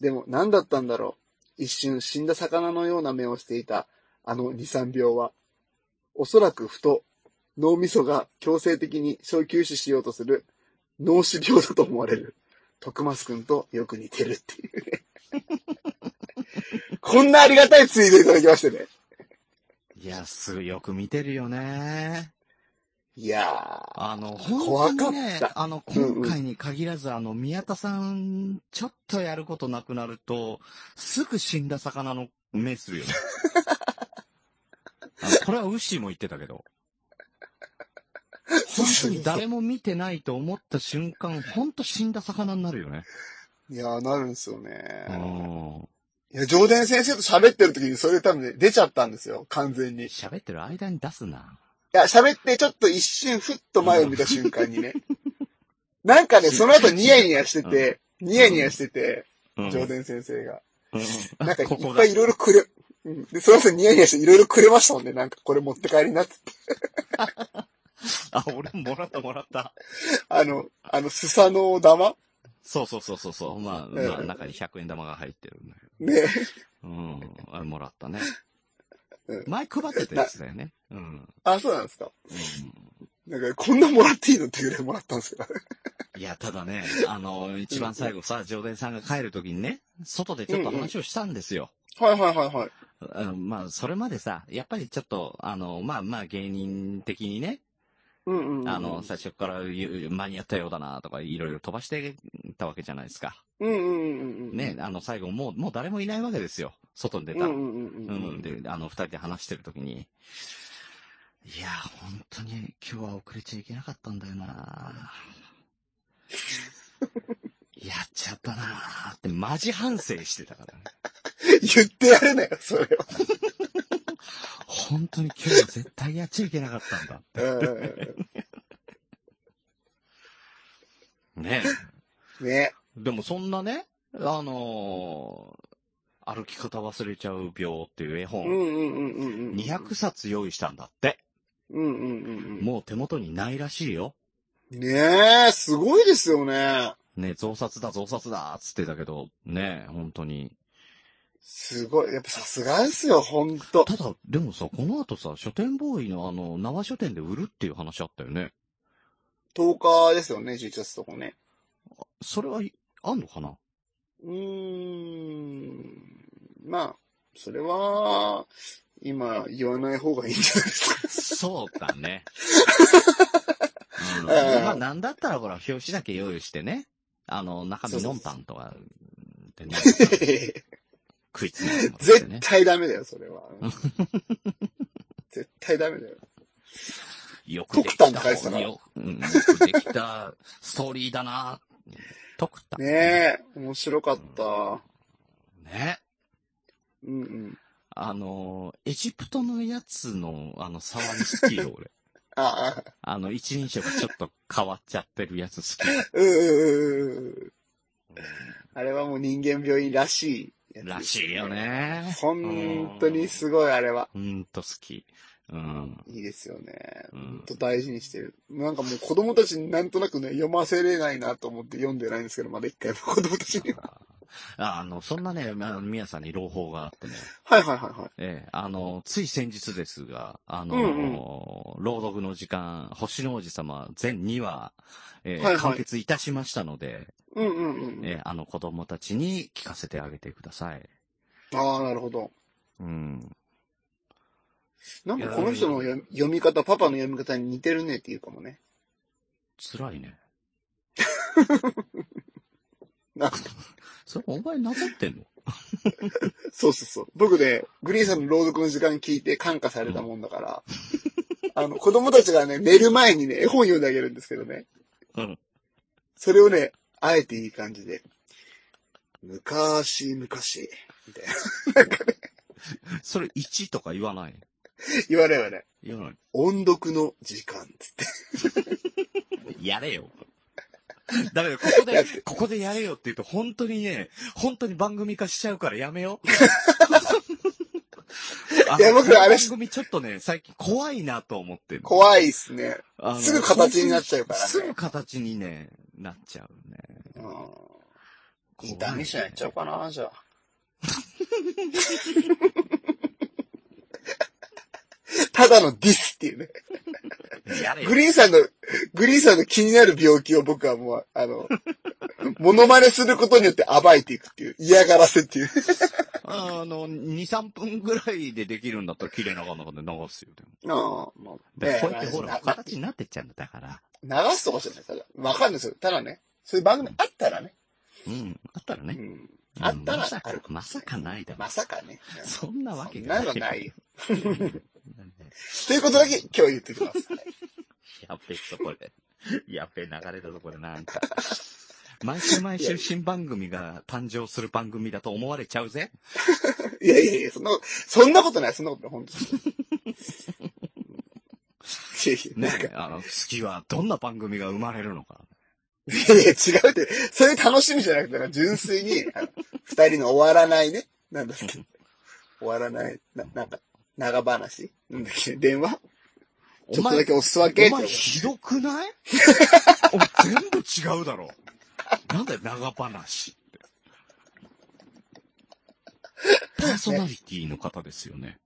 Speaker 2: でも、何だったんだろう。一瞬死んだ魚のような目をしていた、あの2、3秒は。おそらくふと、脳みそが強制的に小休止しようとする、脳死病だと思われる。徳松くんとよく似てるっていう ね。こんなありがたいツイートいただきましてね。
Speaker 1: いや、すごいよく見てるよね。
Speaker 2: いやー。
Speaker 1: あの、
Speaker 2: 怖
Speaker 1: 本
Speaker 2: か
Speaker 1: 当
Speaker 2: っ
Speaker 1: にね
Speaker 2: た、
Speaker 1: あの、今回に限らず、あの、宮田さん、ちょっとやることなくなると、すぐ死んだ魚の目するよね。あのこれはウッシーも言ってたけど。本当に誰も見てないと思った瞬間、本当死んだ魚になるよね。
Speaker 2: いやー、なるんですよ
Speaker 1: う
Speaker 2: ね。
Speaker 1: ん。
Speaker 2: いや、上田先生と喋ってる時にそれ多分ね、出ちゃったんですよ、完全に。い
Speaker 1: 喋ってる間に出すな。
Speaker 2: や、喋ってちょっと一瞬ふっと前を見た瞬間 にね。なんかね、その後ニヤニヤしてて、ニヤニヤしてて、
Speaker 1: うん
Speaker 2: 上田先生が。
Speaker 1: うん
Speaker 2: なんかい
Speaker 1: ここ
Speaker 2: っ
Speaker 1: だ
Speaker 2: ぱいいろいろくれ、うん。で、その後ニヤニヤしていろいろくれましたもんね、なんかこれ持って帰りなって。
Speaker 1: あ、俺ももらったもらった。
Speaker 2: あの、あの、スサノオ玉
Speaker 1: そうそうそうそうそう。まあ、
Speaker 2: うん
Speaker 1: まあ、中に100円玉が入ってるんだけど。
Speaker 2: ね。
Speaker 1: うん。あれもらったね
Speaker 2: うん。
Speaker 1: 前配ってたやつだよね。うん。
Speaker 2: あ、そうなんですか。
Speaker 1: うん
Speaker 2: なんか、こんなもらっていいのってぐらいもらったんですよ。
Speaker 1: いや、ただね、あの、一番最後さ、上田さんが帰るときにね、外でちょっと話をしたんですよ。
Speaker 2: はいはいはいはい。
Speaker 1: あのまあ、それまでさ、やっぱりちょっと、あの、まあまあ芸人的にね、
Speaker 2: うんうん、うん。
Speaker 1: あの、、最初から言う間に合ったようだなとか、いろいろ飛ばしてたわけじゃないですか。
Speaker 2: うんうんうんうん。
Speaker 1: ね、あの、最後もう、もう誰もいないわけですよ。外に出
Speaker 2: うん
Speaker 1: た
Speaker 2: う
Speaker 1: ら。
Speaker 2: んうんう。
Speaker 1: うんん、で、あの、二人で話してるときに、いや、本当に今日は遅れちゃいけなかったんだよなやっちゃったなって、マジ反省してたからね。
Speaker 2: 言ってやるなよ、それは。
Speaker 1: 本当に今日は絶対やっちゃいけなかったんだって。ね
Speaker 2: ね。
Speaker 1: でもそんなね、あのー歩き方忘れちゃう病っていう絵
Speaker 2: う
Speaker 1: 本、
Speaker 2: んうんうんうんうん。
Speaker 1: 200冊用意したんだって。
Speaker 2: うんうんうん
Speaker 1: もう手元にないらしいよ。
Speaker 2: うん。ねえ、すごいですよね。
Speaker 1: ね、増刷だ、増刷だ、つってたけど、ね、本当に。
Speaker 2: すごい。やっぱさすがですよ、ほんと。
Speaker 1: ただ、でもさ、この後さ、書店ボーイのあの、縄書店で売るっていう話あったよね。
Speaker 2: 10日ですよね、11月とかね。
Speaker 1: それは、あんのかな
Speaker 2: うーん。まあ、それは、今言わない方がいいんじゃないですか。
Speaker 1: そうだね。うん、
Speaker 2: ええ
Speaker 1: まあ、なんだったらほら、表紙だけ用意してね。あの、中身のんたんとか、でね、食いつないでもらって
Speaker 2: 絶
Speaker 1: ね。
Speaker 2: 対ダメだよ、そ れは。絶対ダメだよ。
Speaker 1: よくでき
Speaker 2: 特短って書いて
Speaker 1: た、
Speaker 2: たな
Speaker 1: よ,、うん、よくできたストーリーだな。特短。
Speaker 2: ねえ、面白かった。
Speaker 1: ね。
Speaker 2: うんうん。
Speaker 1: あの、エジプトのやつの、あの、沢に好きよ、俺。
Speaker 2: ああ、
Speaker 1: あの、一人称がちょっと変わっちゃってるやつ好き。
Speaker 2: うんうんうんうん。あれはもう人間病院らしいやつ
Speaker 1: らしいよ。ね。
Speaker 2: 本当にすごい、あれは。
Speaker 1: ほんと好き。うん。
Speaker 2: いいですよね。
Speaker 1: う
Speaker 2: ほん
Speaker 1: ん、
Speaker 2: と大事にしてる。なんかもう子供たちになんとなくね、読ませれないなと思って読んでないんですけど、まだ一回も子供たちには。
Speaker 1: ああの、そんなね、まあ、宮さんに朗報があってね。
Speaker 2: はいはいはいはい。
Speaker 1: ええ、あの、つい先日ですが、あの、
Speaker 2: うん
Speaker 1: 朗読の時間、星の王子様全2話、ええ
Speaker 2: はいはい
Speaker 1: 完結いたしましたので、
Speaker 2: うんうんうん。
Speaker 1: ええ、あの子供たちに聞かせてあげてください。
Speaker 2: ああ、なるほど。
Speaker 1: うん。
Speaker 2: なんかこの人の読み読み方、パパの読み方に似てるねっていうかもね。
Speaker 1: 辛いね。
Speaker 2: なんか
Speaker 1: それお前なぞってんの
Speaker 2: そうそうそう。僕ね、グリーンさんの朗読の時間聞いて感化されたもんだ から、あの、子供たちがね、寝る前にね、絵本読んであげるんですけどね。
Speaker 1: うん。
Speaker 2: それをね、あえていい感じで、昔昔みたいな。
Speaker 1: それ1とか言わない。
Speaker 2: 言われはね、
Speaker 1: 言わな
Speaker 2: 音読の時間っつって。
Speaker 1: い。やれよ。だけど、ここ
Speaker 2: や
Speaker 1: で
Speaker 2: っ、
Speaker 1: ここでやれよって言うと、本当にね、本当に番組化しちゃうからやめよう。
Speaker 2: いや僕らあれ
Speaker 1: この番組ちょっとね、最近怖いなと思ってる。
Speaker 2: 怖いっすね。
Speaker 1: あの
Speaker 2: すぐ形になっちゃうからね
Speaker 1: すぐ形にね、なっちゃうね。
Speaker 2: インターネーションやっちゃおうかな、じゃあ。 ただのディスっていうね。
Speaker 1: やれよ
Speaker 2: グ。リーンさんの、グリーンさんの気になる病気を僕はもう、あ の、モノマネすることによって暴いていくっていう、嫌がらせっていう。
Speaker 1: あの、2、3分ぐらいでできるんだったら綺麗なかなかで流すよ。でも
Speaker 2: ああ、まあ、
Speaker 1: だ
Speaker 2: ね
Speaker 1: からこうやってほら、
Speaker 2: な
Speaker 1: 形になってっちゃうんだだから。
Speaker 2: 流すとかじゃない。ただ、わかんないですよ。ただね、そういう番組あったらね。
Speaker 1: うん。あったら
Speaker 2: う
Speaker 1: ね。
Speaker 2: ん。あっ
Speaker 1: ま
Speaker 2: たら
Speaker 1: さ
Speaker 2: あ
Speaker 1: か
Speaker 2: る、かも
Speaker 1: ま
Speaker 2: しれ
Speaker 1: さかないだろ
Speaker 2: ま。さかね。うん
Speaker 1: そんなわけ
Speaker 2: そん
Speaker 1: がな。
Speaker 2: ないのないよ。
Speaker 1: なんだよ
Speaker 2: ということだけ今日言って きます。
Speaker 1: やべえぞ、これ。やべえ流れだぞ、これ、なんか。毎週毎週新番組が誕生する番組だと思われちゃうぜ。
Speaker 2: いやいやいや、そんなこと、そんなことない、そんなことない、本当に。 いやい や、
Speaker 1: ね
Speaker 2: なんか、い
Speaker 1: え、あの、次はどんな番組が生まれるのか。
Speaker 2: やいや、違うって、そういう楽しみじゃなくて、なんか純粋に、あの二人の終わらないね、なんだっけ、終わらない、な、なんか、長話なんだっけ、電話ちょっとだけおすわけ
Speaker 1: お前
Speaker 2: って
Speaker 1: ひどくない お前全部違うだろ。なんだよ、長話 って。パーソナリティの方ですよね。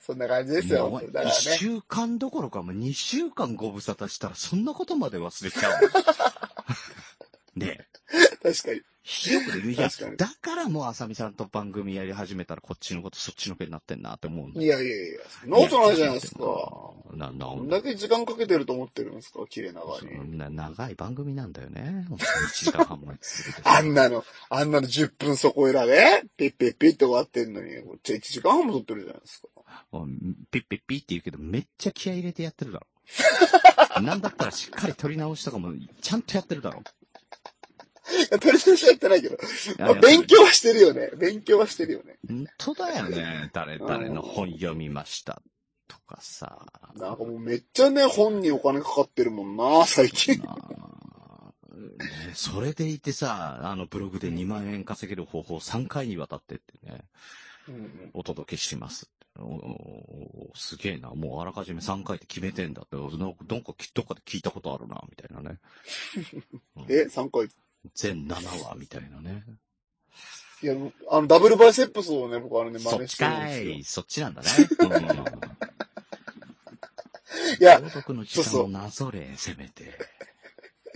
Speaker 2: そんな感じですよ、
Speaker 1: もう
Speaker 2: 本当
Speaker 1: 一
Speaker 2: だからね。
Speaker 1: 週間どころか、もう二週間ご無沙汰したら、そんなことまで忘れちゃう の。ねえ。
Speaker 2: 確かに。
Speaker 1: ひどくねいや
Speaker 2: 確かに
Speaker 1: だからもう、あさみさんと番組やり始めたら、こっちのことそっちのけになってんなって思うの
Speaker 2: いやいやいや、そんなことないじゃないですか。
Speaker 1: な、な、
Speaker 2: どんだけ時間かけてると思ってるんですか、切れ長に。
Speaker 1: な長い番組なんだよね。1時間半もやってる
Speaker 2: あんなの、あんなの10分そこいらで、ピッピッピッって終わってんのに、こっち1時間半も撮ってるじゃないですか。
Speaker 1: うんピッピッピって言うけど、めっちゃ気合い入れてやってるだ ろ。なんだったらしっかり取り直しとかも、ちゃんとやってるだろ。
Speaker 2: いや、撮り直しはやってないけど、まあ
Speaker 1: や
Speaker 2: 勉強はしてるよね。勉強はしてるよね。
Speaker 1: 本当だよね。誰々の本読みました。とかさ。
Speaker 2: なんかもうめっちゃね、本にお金かかってるもんな、 最近。
Speaker 1: なあねそれでいてさ、あのブログで2万円稼げる方法3回にわたってってね、
Speaker 2: うん
Speaker 1: お届けします。おおすげえな。もうあらかじめ3回って決めてんだって、なんかどっかどっかで聞いたことあるな、みたいなね。
Speaker 2: え、3回。
Speaker 1: 全7話、みたいなね。
Speaker 2: いや、あの、ダブルバイセップスをね、僕あれね、
Speaker 1: そ
Speaker 2: 真
Speaker 1: っ
Speaker 2: 似し
Speaker 1: ち
Speaker 2: てるん
Speaker 1: か
Speaker 2: で
Speaker 1: い。そっちなんだね。
Speaker 2: すよ。いや、
Speaker 1: 朗読の時
Speaker 2: そうそ
Speaker 1: 間
Speaker 2: う
Speaker 1: をなぞれ、せめて。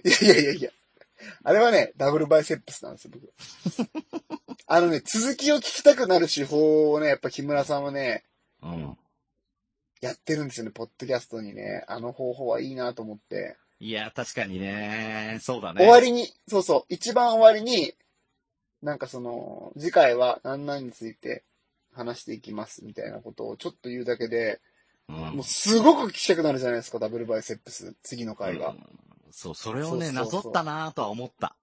Speaker 2: いやいやいやいや。あれはね、ダブルバイセップスなんですよ、 僕。あのね、続きを聞きたくなる手法をね、やっぱ木村さんはね、
Speaker 1: うん。
Speaker 2: やってるんですよね、ポッドキャストにね。あの方法はいいなと思って。
Speaker 1: いや、確かにね。そうだね。
Speaker 2: 終わりに、そうそう、一番終わりに、なんかその、次回は何々について話していきますみたいなことをちょっと言うだけで、
Speaker 1: うん
Speaker 2: もうすごく聞きたくなるじゃないですか、ダブルバイセップス、次の回が。
Speaker 1: うんそう、それをね、
Speaker 2: そうそうそう
Speaker 1: なぞったなぁとは思った。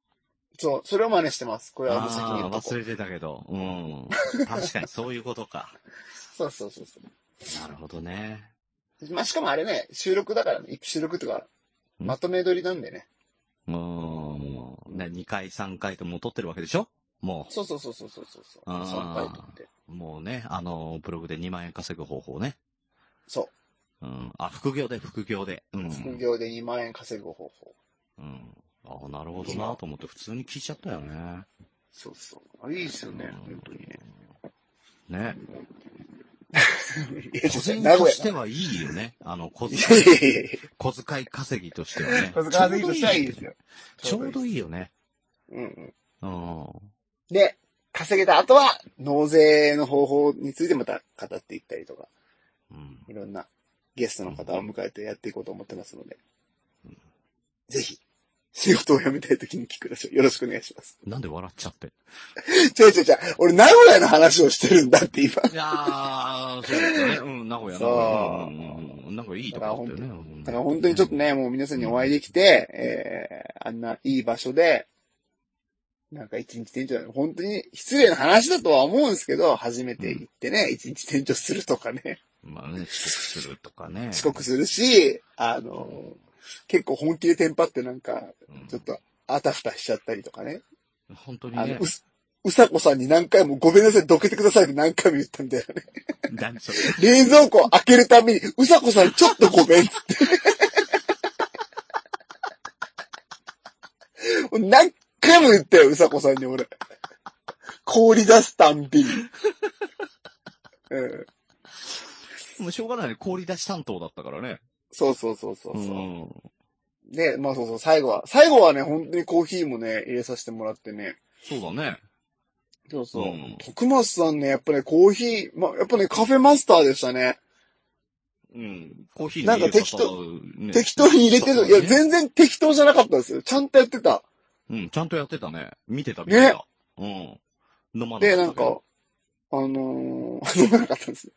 Speaker 2: そう、それを真似してます。これは無責任
Speaker 1: あ
Speaker 2: の
Speaker 1: あ、
Speaker 2: とこ
Speaker 1: 忘。れてたけど。うん。確かにそういうことか。
Speaker 2: そうそうそうそ
Speaker 1: なるほどね。
Speaker 2: う。まあ、しかもあれね、収録だからね、収録とか、
Speaker 1: うん
Speaker 2: まとめ撮りなんでね。
Speaker 1: うん。ね、2回、3回ともう撮ってるわけでしょも
Speaker 2: そうそうそうそうそうそう。そう
Speaker 1: あー
Speaker 2: 3回撮って。
Speaker 1: う、もうね、あの、ブログで2万円稼ぐ方法ね。
Speaker 2: そ
Speaker 1: うん。あ、副業で、副業で。う
Speaker 2: う。副
Speaker 1: ん。
Speaker 2: 業で2万円稼ぐ方法。
Speaker 1: うん。ああ、なるほどなぁと思って普通に聞いちゃったよね。
Speaker 2: そうそう。あれいいですよね、
Speaker 1: うん
Speaker 2: 本当にね。
Speaker 1: ね。
Speaker 2: いや
Speaker 1: 個
Speaker 2: ちょっと
Speaker 1: 人
Speaker 2: 名古
Speaker 1: と
Speaker 2: 屋
Speaker 1: してはいいよね。あの、小遣
Speaker 2: いやいやいやいや。
Speaker 1: 小遣い稼ぎとしてはね。
Speaker 2: 小遣い稼ぎとしてはいいですよ。
Speaker 1: ちょうどいいよね。
Speaker 2: うんうん。
Speaker 1: うん。
Speaker 2: で、稼げた後は、納税の方法についてまた語っていったりとか、
Speaker 1: うん。
Speaker 2: いろんなゲストの方を迎えてやっていこうと思ってますので
Speaker 1: うん、
Speaker 2: ぜひ、仕事を辞めたい時に聞くラジオよろしくお願いします。
Speaker 1: なんで笑っちゃって。
Speaker 2: ちょいちょいちょい、俺名古屋の話をしてるんだって今。
Speaker 1: いやー、そうですね。うん、名古屋、名古屋。うんうんうん、なんかいいとこだったよね。うん
Speaker 2: だから本当にちょっと。ね、もう皆さんにお会いできて、えー、あんないい場所で、なんか一日店長、本当に失礼な話だとは思うんですけど、初めて行ってね、一日店長するとかね、
Speaker 1: まあね、遅刻するとかね。
Speaker 2: 遅刻するし、あの、結構本気でテンパってなんか、
Speaker 1: うん
Speaker 2: ちょっと、あたふたしちゃったりとかね。
Speaker 1: 本当に
Speaker 2: あの
Speaker 1: ね、
Speaker 2: う。す、うさこさんに何回もごめんなさい、どけてくださいって何回も言ったんだよ ね。
Speaker 1: 何それ
Speaker 2: 冷蔵庫を開けるために、うさこさんちょっとごめんっつって。もう 何回も言ったよ、うさこさんに俺。 氷出すたんびに。 うん。
Speaker 1: もうしょうがないね。氷出し担当だったからね。
Speaker 2: そうそうそうそうそう。
Speaker 1: ん。
Speaker 2: ね、まあそうそう、最後は。最後はね、本当にコーヒーもね、入れさせてもらってね。
Speaker 1: そうだね。
Speaker 2: そうそう。
Speaker 1: うん
Speaker 2: 徳松さんね、やっぱね、コーヒー、まあ、やっぱね、カフェマスターでしたね。
Speaker 1: うん。コーヒー
Speaker 2: なんか適当、適当に入れてる。いや、
Speaker 1: 全
Speaker 2: 全然適当じゃなかったですよ。ちゃんとやってた。
Speaker 1: うん、ちゃんとやってたね。見てた、見
Speaker 2: ね
Speaker 1: てた。うん。飲まなかったけ
Speaker 2: で、
Speaker 1: ど
Speaker 2: なんか、、あのー、飲まなかったんですね。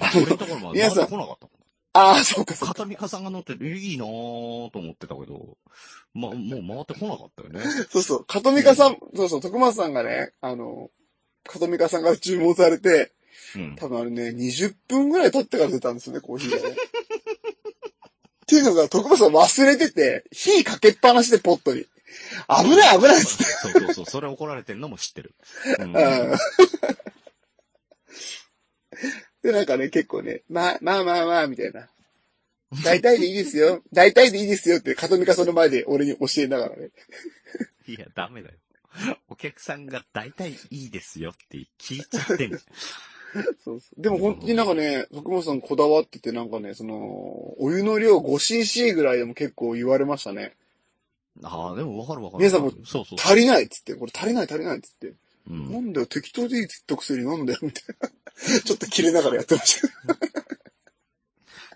Speaker 2: あの
Speaker 1: 俺のところまで回っ
Speaker 2: 皆さん
Speaker 1: てこなかったもん。
Speaker 2: ああ、そうか、そうか。
Speaker 1: 片見かさんが乗ってる、いいなぁと思ってたけど、ま、もう回ってこなかったよね。
Speaker 2: そうそう。カトミカさん、そうそう、徳松さんがね、あのー、カトミカさんが注文されて、
Speaker 1: うん。
Speaker 2: 多分あれね、20分ぐらい経ってから出たんですよね、コーヒーがね。っていうのが、徳松さん忘れてて、火かけっぱなしでポットに。危ない危ないっつって。
Speaker 1: そうそうそう、それ怒られてるのも知ってる。うん
Speaker 2: うん。 で、なんかね、結構ね、まあ、まあまあまあ、みたいな。大体でいいですよ。大体でいいですよって、カトミカさんの前で俺に教えながらね。
Speaker 1: いや、ダメだよ。お客さんが大体いいですよって聞いちゃって んじ
Speaker 2: そうそう。でも本当になんかね、徳本さんこだわってて、なんかね、その、お湯の量 5cc ぐらいでも結構言われましたね。
Speaker 1: ゃん。ああ、でもわかるわかる。
Speaker 2: 皆さんも
Speaker 1: そうそう。
Speaker 2: 足りないっつって、これ足りない足りないっつって。
Speaker 1: う。
Speaker 2: なんんだよ、適当でいいっつったくせになんだよ、みたいな。ちょっと切れながらやってました。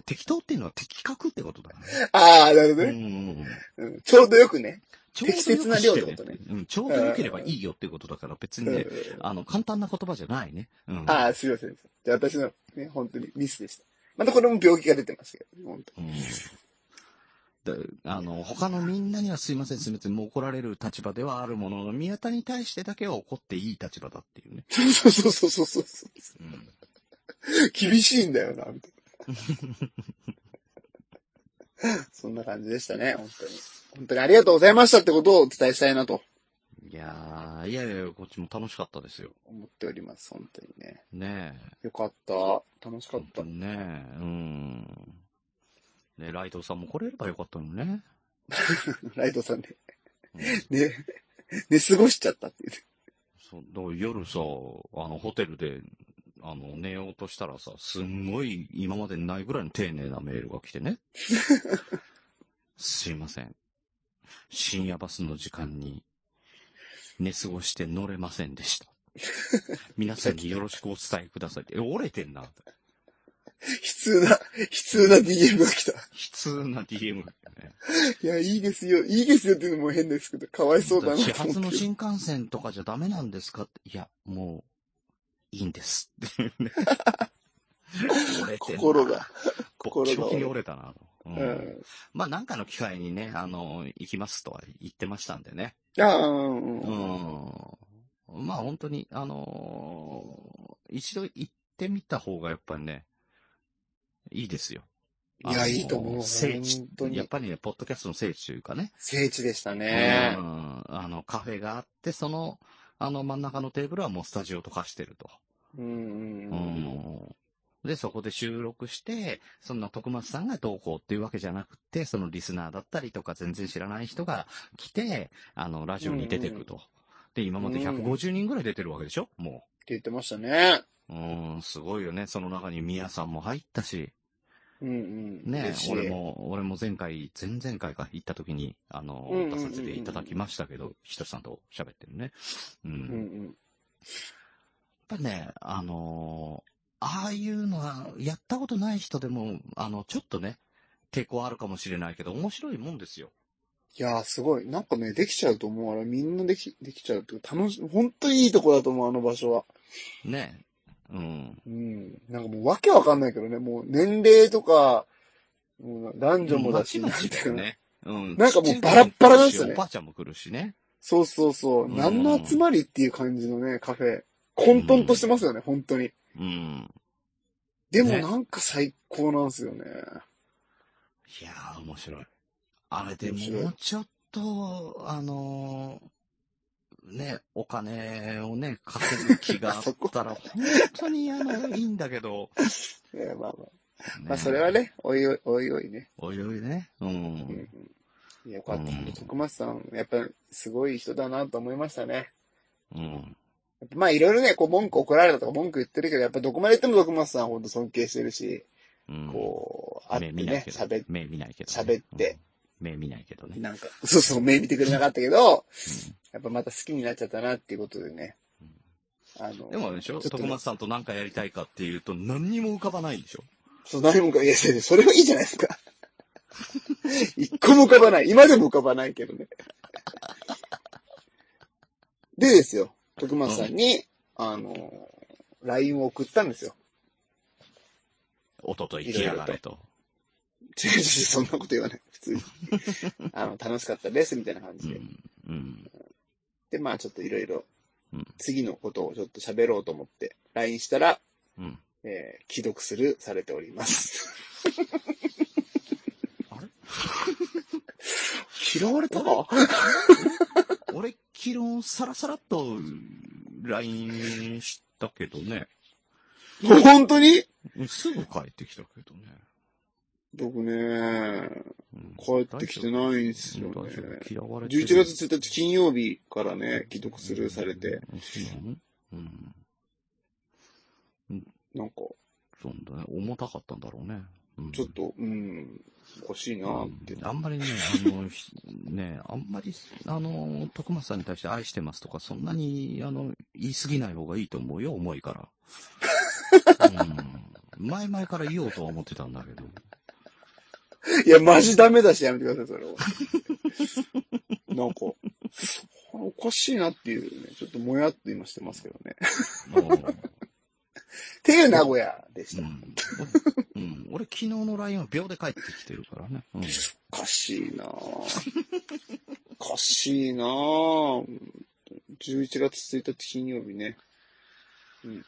Speaker 1: 適当っていうのは的確ってことだね。
Speaker 2: ああ、なるほ
Speaker 1: う
Speaker 2: ど
Speaker 1: ん
Speaker 2: ね、
Speaker 1: うんうん。
Speaker 2: うんちょうどよくね。
Speaker 1: ちょうどよくして
Speaker 2: 適切な量ってことね。
Speaker 1: うん、ちょうど良ければいいよっていうことだから、別にね、
Speaker 2: うん
Speaker 1: あの、簡単な言葉じゃないね。うん。
Speaker 2: ああ、すいません。じゃあ私のね、本当にミスでした。またこれも病気が出てますけど、本当
Speaker 1: うんだあの、他のみんなにはすいません、すいません、もう怒られる立場ではあるものの、宮田に対してだけは怒っていい立場だっていうね。
Speaker 2: に。 そうそうそうそうそうそ
Speaker 1: うん。
Speaker 2: う。厳しいんだよな、みたい な。そんな感じでしたね、本当に。本当にありがとうございましたってことをお伝えしたいなと
Speaker 1: いやー、いやいや、こっちも楽しかったですよ。
Speaker 2: 思っております、本当にね。
Speaker 1: ね
Speaker 2: よかった。楽しかっ
Speaker 1: え。
Speaker 2: た。
Speaker 1: ねえ、うん。ねライトさんも来れればよかったのにね。
Speaker 2: ライトさんね。
Speaker 1: うん
Speaker 2: ね、 寝過ごしちゃったっていうね。
Speaker 1: そう、だから夜さ、あの、ホテルで、あの、寝ようとしたらさ、すんごい今までにないぐらいの丁寧なメールが来て ね。すいません。深夜バスの時間に寝過ごして乗れませんで した。皆さんによろしくお伝えくださいって。え、折れてんな。
Speaker 2: 悲痛な、悲痛な DM が来た。
Speaker 1: 悲痛な DM だよね。
Speaker 2: いや、いいですよ。いいですよっていうのも変ですけど、かわい そうだなと
Speaker 1: 始
Speaker 2: 思って。
Speaker 1: 発の新幹線とかじゃダメなんですかって。いや、もう、いいん です。 っていうね折れてんな
Speaker 2: 心 が。
Speaker 1: 心
Speaker 2: 心が
Speaker 1: に折れたな。う
Speaker 2: うんん。
Speaker 1: まあ、なんかの機会にね、あの、行きますとは言ってましたんでね。
Speaker 2: ああ、う
Speaker 1: う。
Speaker 2: ん
Speaker 1: ん。まあ、本当に、あのー一度行ってみた方がやっぱりね、いいですよ。
Speaker 2: いや
Speaker 1: あのー
Speaker 2: いいと思う
Speaker 1: 聖地
Speaker 2: 本当、に
Speaker 1: やっぱりね、ポッドキャストの聖地というかね。
Speaker 2: 聖地でしたね
Speaker 1: う。ん。あの、カフェがあって、その、あの真ん中のテーブルはもうスタジオと化してると。
Speaker 2: うん。う
Speaker 1: うんんで、そこで収録して、そんな徳松さんがどうこうっていうわけじゃなくて、そのリスナーだったりとか全然知らない人が来て、あの、ラジオに出てくと。で、今まで150人ぐらい出てるわけでしょも
Speaker 2: って言ってましたね。
Speaker 1: う。うん、すごいよね。その中に宮さんも入ったし、
Speaker 2: うんうん。
Speaker 1: ね
Speaker 2: 嬉し、い
Speaker 1: 俺。も、俺も前回、前々回か行った時に、あの
Speaker 2: うんうんう、ん
Speaker 1: 出させていただきましたけど、ひとしさんと喋ってるね。う
Speaker 2: うん
Speaker 1: ん。
Speaker 2: うん。
Speaker 1: やっぱね、あのーああいうのは、やったことない人でも、あの、ちょっとね、抵抗あるかもしれないけど、面白いもんですよ。
Speaker 2: いやー、すごい。なんかね、できちゃうと思う。あれ、みんなでき、できちゃうっていうか楽し、本当にいいとこだと思う、あの場所は。
Speaker 1: ね。うん。
Speaker 2: うん。なんかもう、わけわかんないけどね、もう、年齢とか、もう男女もだし、
Speaker 1: まちまちだよ
Speaker 2: なんていうかな
Speaker 1: ね。うん。
Speaker 2: なんかもうバラッバラなんですよね
Speaker 1: おばあちゃんも来るしね。
Speaker 2: そうそうそう。
Speaker 1: うん
Speaker 2: 何の集まりっていう感じのね、カフェ。混沌としてますよね、本当に。
Speaker 1: うん。
Speaker 2: でも
Speaker 1: ね
Speaker 2: なんか最高なんですよね。
Speaker 1: いやー、面白い。あれで
Speaker 2: 面白い
Speaker 1: もうちょっと、あのーね、お金をね、稼ぐ気があった ら、本当にあの、いいんだけど。
Speaker 2: いやまあまあ。
Speaker 1: ね
Speaker 2: まあそれは。ね、おいおい、おいおいね。
Speaker 1: おいおいね。う。
Speaker 2: うんん。よかった
Speaker 1: うん。
Speaker 2: 徳松さん、やっぱすごい人だなと思いましたね。
Speaker 1: うん。
Speaker 2: やっぱまあいろいろね、こう文句怒られたとか文句言ってるけど、やっぱどこまで言っても徳松さんほんと尊敬してるし、
Speaker 1: うん。
Speaker 2: こう、あって
Speaker 1: 目見ない
Speaker 2: ね、
Speaker 1: けど
Speaker 2: 喋っ
Speaker 1: 目見ないけど、
Speaker 2: 喋って
Speaker 1: うん。目見ないけど
Speaker 2: て、
Speaker 1: ね。
Speaker 2: なんか、 そうそう、目見てくれなかったけど、やっぱまた好きになっちゃったなっていうことでね。あの、
Speaker 1: でもあれでしょ
Speaker 2: ちょっとね
Speaker 1: 徳松さんと何かやりたいかっていうと何にも浮かばないんでしょ
Speaker 2: そう、何もか、いや、いやそれはいいじゃないですか。 一個も浮かばない。今でも浮かばないけどね。でですよ、徳松さんに、あの、LINE を送ったんですよ。
Speaker 1: おととい来やがれと。
Speaker 2: 違う違う違う、そんなこと言わない。普通に。あの、楽しかったです、みたいな感
Speaker 1: う
Speaker 2: じで。
Speaker 1: ん。うん。
Speaker 2: で、まあちょっといろいろ
Speaker 1: うん、
Speaker 2: 次のことをちょっと喋ろうと思って、LINE したら、
Speaker 1: うん。
Speaker 2: えー既読する、されております。
Speaker 1: あ れ
Speaker 2: 拾われたか
Speaker 1: 俺、昨日さらさらっと LINE したけどね。
Speaker 2: 本当に
Speaker 1: すぐ帰ってきたけどね。
Speaker 2: 僕ね、
Speaker 1: うん
Speaker 2: 帰ってきてないんですよね
Speaker 1: 大丈夫嫌われてる
Speaker 2: 11月1日金曜日からね、既読スルーされて、。
Speaker 1: うんうん。
Speaker 2: なんか、
Speaker 1: そうだね。重たかったんだろうね。うん
Speaker 2: ちょっと、うん、おかしいなって。
Speaker 1: あんまりね、あの、ひね、あんまり、あの、徳松さんに対して愛してますとか、そんなに、あの、言い過ぎない方がいいと思うよ、重いから。うん。前々から言おうとは思ってたんだけど。
Speaker 2: いや、マジダメだし、やめてください、それは。 なんか、おかしいなっていうね、ちょっともやっと今してますけどね。 っていう名古屋でし
Speaker 1: う
Speaker 2: た。
Speaker 1: ん。うん、俺、昨日の LINE は秒で帰ってきてるからね。うん。
Speaker 2: おかしいなおかしいな11月1日金曜日ね。うん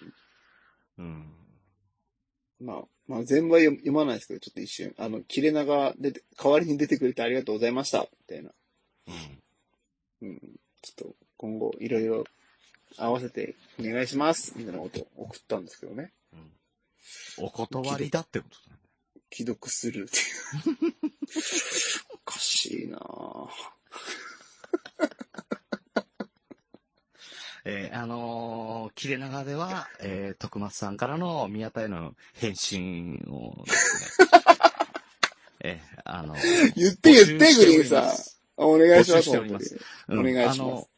Speaker 1: うん。
Speaker 2: まあ、まあ、全部は読読まないですけど、ちょっと一瞬、あの、切れ長でて、代わりに出てくれてありがとうございました、みたいな。うん。ちょっと、今後、いろいろ、合わせて、お願いします、みたいなことを送ったんですけどね。
Speaker 1: お断りだってことだね。
Speaker 2: 既読するっていう。 おかしいなぁ。
Speaker 1: えーあのー切れ長では、えー徳松さんからの宮田への返信をですね、 えーあのー
Speaker 2: 言って言っ
Speaker 1: 募集
Speaker 2: て、
Speaker 1: して
Speaker 2: グ
Speaker 1: お
Speaker 2: リーン
Speaker 1: り
Speaker 2: さん
Speaker 1: ま。
Speaker 2: お願いしま
Speaker 1: 募集
Speaker 2: す、
Speaker 1: しております
Speaker 2: 本
Speaker 1: うん
Speaker 2: お願いします
Speaker 1: あの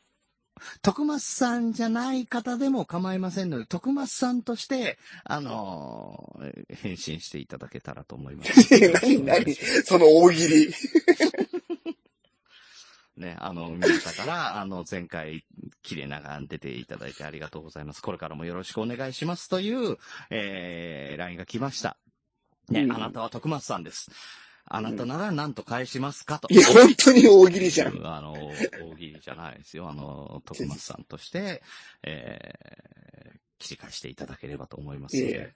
Speaker 1: 徳松さんじゃない方でも構いませんので、徳松さんとして、あのーえー返信していただけたらと思い ます。
Speaker 2: 当に何、何、その大喜利。
Speaker 1: ね、あの、宮田から、あ の、前回、切れ長出ていただいてありがとうございます。これからもよろしくお願いしますという、えー、LINE が来ました。ね、
Speaker 2: うん
Speaker 1: あなたは徳松さんです。あなたなら何と返しますかと。
Speaker 2: いや、本当に大喜利じゃん。
Speaker 1: うんあの、大喜利じゃないですよ。あの、徳松さんとして、えー、切り返していただければと思いますの
Speaker 2: いえい
Speaker 1: で。はい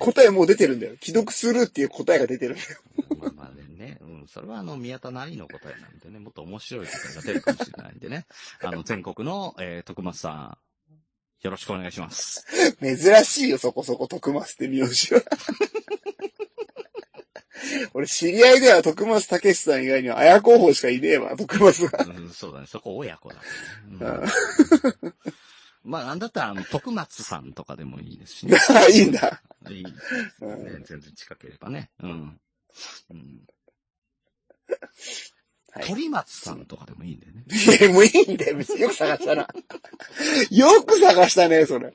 Speaker 2: 答えもう出てるんだよ。既読するっていう答えが出てるんだよ。
Speaker 1: まあまあね、うん、それはあの、宮田なりの答えなんでね、もっと面白い答えが出るかもしれないんで ね。あの、全国の、えー、徳松さん、よろしくお願いします。
Speaker 2: 珍しいよ、そこそこ、徳松って名字は。 俺、知り合いでは徳松たけしさん以外には、綾候補しかいねえわ、徳松が。
Speaker 1: うん、そうだね、そこ親子だ、ね。
Speaker 2: あ
Speaker 1: うんまあ、なんだったら、あの、徳松さんとかでもいいですしね。
Speaker 2: いいんだ。
Speaker 1: いいね
Speaker 2: うん
Speaker 1: 全然近ければね。うん。うん、
Speaker 2: はい
Speaker 1: 鳥松さんとかでもいいんだよね。
Speaker 2: いや、もういいんだよ。別によく探したな。 よく探したね、それ。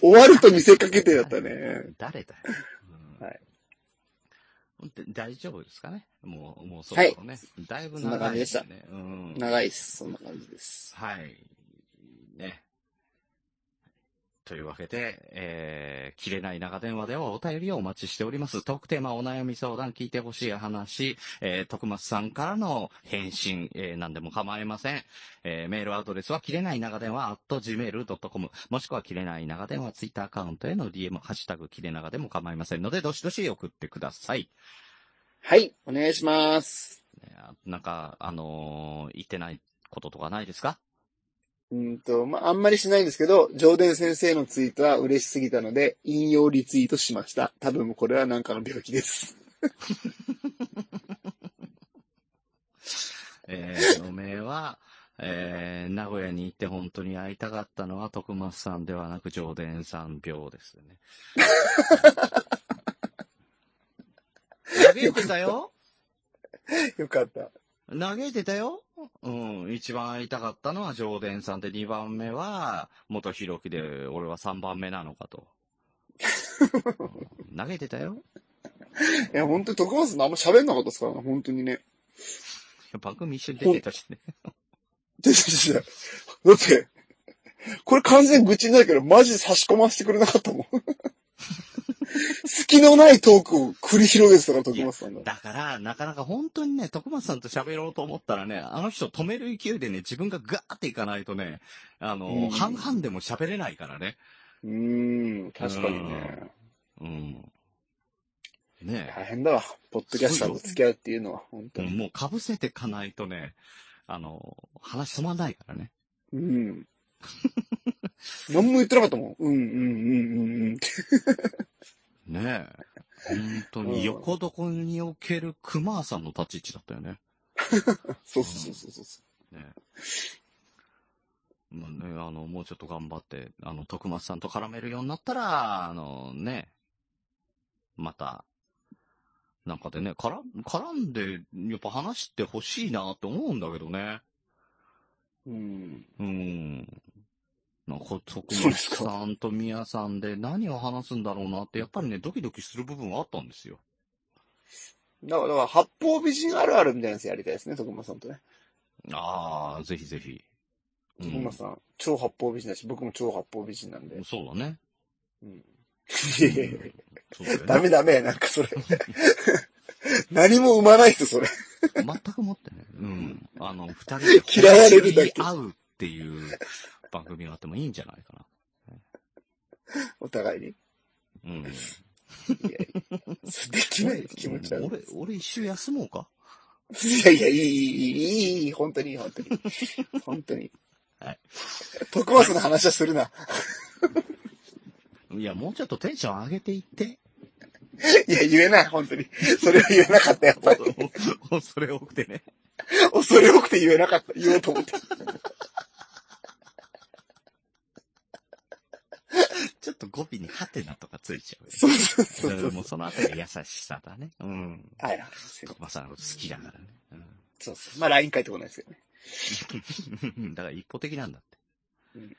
Speaker 2: 終わると見せかけてだったね。。
Speaker 1: 誰だよ。うん
Speaker 2: はい
Speaker 1: で大丈夫ですかねもう、もうそろそろね。だいぶ長い、ね。
Speaker 2: そんな感じでした
Speaker 1: うん。
Speaker 2: 長いっす。そんな感じです。
Speaker 1: はい。ね。というわけで、えー、切れない長電話ではお便りをお待ちしております。トークテーマ、お悩み相談、聞いてほしい話、えー、徳松さんからの返信、えー、何でも構いません。えー、メールアドレスは、切れない長電話、at gmail.com、もしくは切れない長電話、ツイッターアカウントへの DM、ハッシュタグ、切れ長でも構いませんので、どしどし送ってください。
Speaker 2: はい、お願いします。
Speaker 1: えーなんか、あのー言ってないこととかないですか
Speaker 2: うんと、まあ、あんまりしないんですけど、上田先生のツイートは嬉しすぎたので、引用リツイートしました。多分これはなんかの病気です。
Speaker 1: えー、の名は、えー、名古屋に行って本当に会いたかったのは徳松さんではなく上田さん病ですね。嘆いてたよ
Speaker 2: よかった。
Speaker 1: 嘆いてたようん。一番会いたかったのは上田さんで、二番目は元弘樹で、俺は三番目なの かと。うん嘆いてたよ
Speaker 2: いや、本当に徳松さんあんま喋んなかったですからね、本当にね。
Speaker 1: 番組一緒に出てたしね。
Speaker 2: で、で、で、だって、これ完全に愚痴になるけど、マジ差し込ませてくれなかった もん。隙のないトークを繰り広げてたから、徳松さんが。
Speaker 1: だから、なかなか本当にね、徳松さんと喋ろうと思ったらね、あの人止める勢いでね、自分がガーっていかないとね、あの、
Speaker 2: うん
Speaker 1: 半々でも喋れないからね。
Speaker 2: うーん、確かにね。
Speaker 1: うん。ね
Speaker 2: 大変だわ。ポッドキャスターと付き合うっていうのは、本
Speaker 1: え
Speaker 2: 当に。
Speaker 1: もう被せてかないとね、あの、話止まんないからね。
Speaker 2: うん。何も言ってなかったもん。うん、うん、うん、うん、うんって。
Speaker 1: ねえ。本当に横床における熊さんの立ち位置だったよね。
Speaker 2: そうそうそうそうそ
Speaker 1: ねまあね、あの、もうちょっと頑張って、あの、徳松さんと絡めるようになったら、あのね、また、なんかでね、絡ん絡んで、やっぱ話してほしいなって思うんだけどね。
Speaker 2: う。うん。
Speaker 1: うん。なんか、徳
Speaker 2: そうです
Speaker 1: 松
Speaker 2: か
Speaker 1: さんと宮さんで何を話すんだろうなって、やっぱりね、ドキドキする部分はあったんですよ。
Speaker 2: だから、だから八方美人あるあるみたいなやつやりたいですね、徳松さんとね。
Speaker 1: ああ、ぜひぜひ。う
Speaker 2: 徳
Speaker 1: ん
Speaker 2: 松、さん、超八方美人だし、僕も超八方美人なんで。
Speaker 1: そうだね。
Speaker 2: うん。
Speaker 1: そう だよね
Speaker 2: ダメダメ、なんかそれ。 何も生まないっす、それ。
Speaker 1: 全く持ってない。うん。あ の、二人で
Speaker 2: 嫌われるだけ
Speaker 1: 合うっていう番組があってもいいんじゃないか
Speaker 2: お互いに。
Speaker 1: な。うん。
Speaker 2: それできない気持ち悪い。
Speaker 1: 俺、俺一周休もうか
Speaker 2: いやいや、いい、いい、いい、いい、本当にいい、本当に。本当に。
Speaker 1: はい。
Speaker 2: 徳松の話はするな。
Speaker 1: いや、もうちょっとテンション上げていって。
Speaker 2: いや、言えない、本当に。それは言えなかった、やっぱり。
Speaker 1: おお恐れ多くてね。
Speaker 2: 恐れ多くて言えなかった。言おうと思って。
Speaker 1: ちょっと語尾にハテナとかついちゃうね。
Speaker 2: そうそうそうそううん
Speaker 1: もうそのあたり優しさだね。うん。
Speaker 2: はい。
Speaker 1: まさん好きだからね。
Speaker 2: そうそう。まあ、LINE 書いてこないですけどね。
Speaker 1: うん。 だから一方的なんだって。
Speaker 2: うん
Speaker 1: うん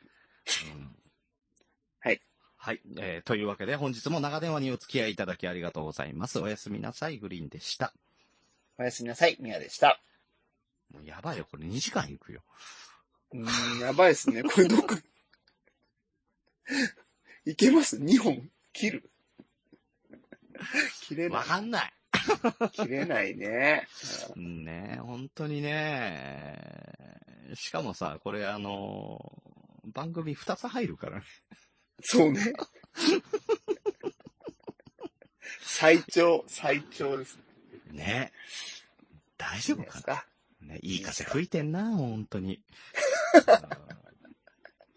Speaker 2: はい。
Speaker 1: はい。えーというわけで、本日も長電話にお付き合いいただきありがとうございます。おやすみなさい、グリーンでした。
Speaker 2: おやすみなさい、ミヤでした。
Speaker 1: もうやばいよ、これ2時間行くよ。
Speaker 2: うーん、やばいですね。これど っか。いけます ?2 本切る切れな
Speaker 1: わ
Speaker 2: い。
Speaker 1: かんない。
Speaker 2: 切れないね。
Speaker 1: うんね本当にねしかもさ、これあのー番組2つ入るからね。
Speaker 2: そうね。最長、最長ですね。
Speaker 1: ね大丈夫
Speaker 2: いいで
Speaker 1: か
Speaker 2: すか
Speaker 1: なねいい風吹いてんな、本当に。うん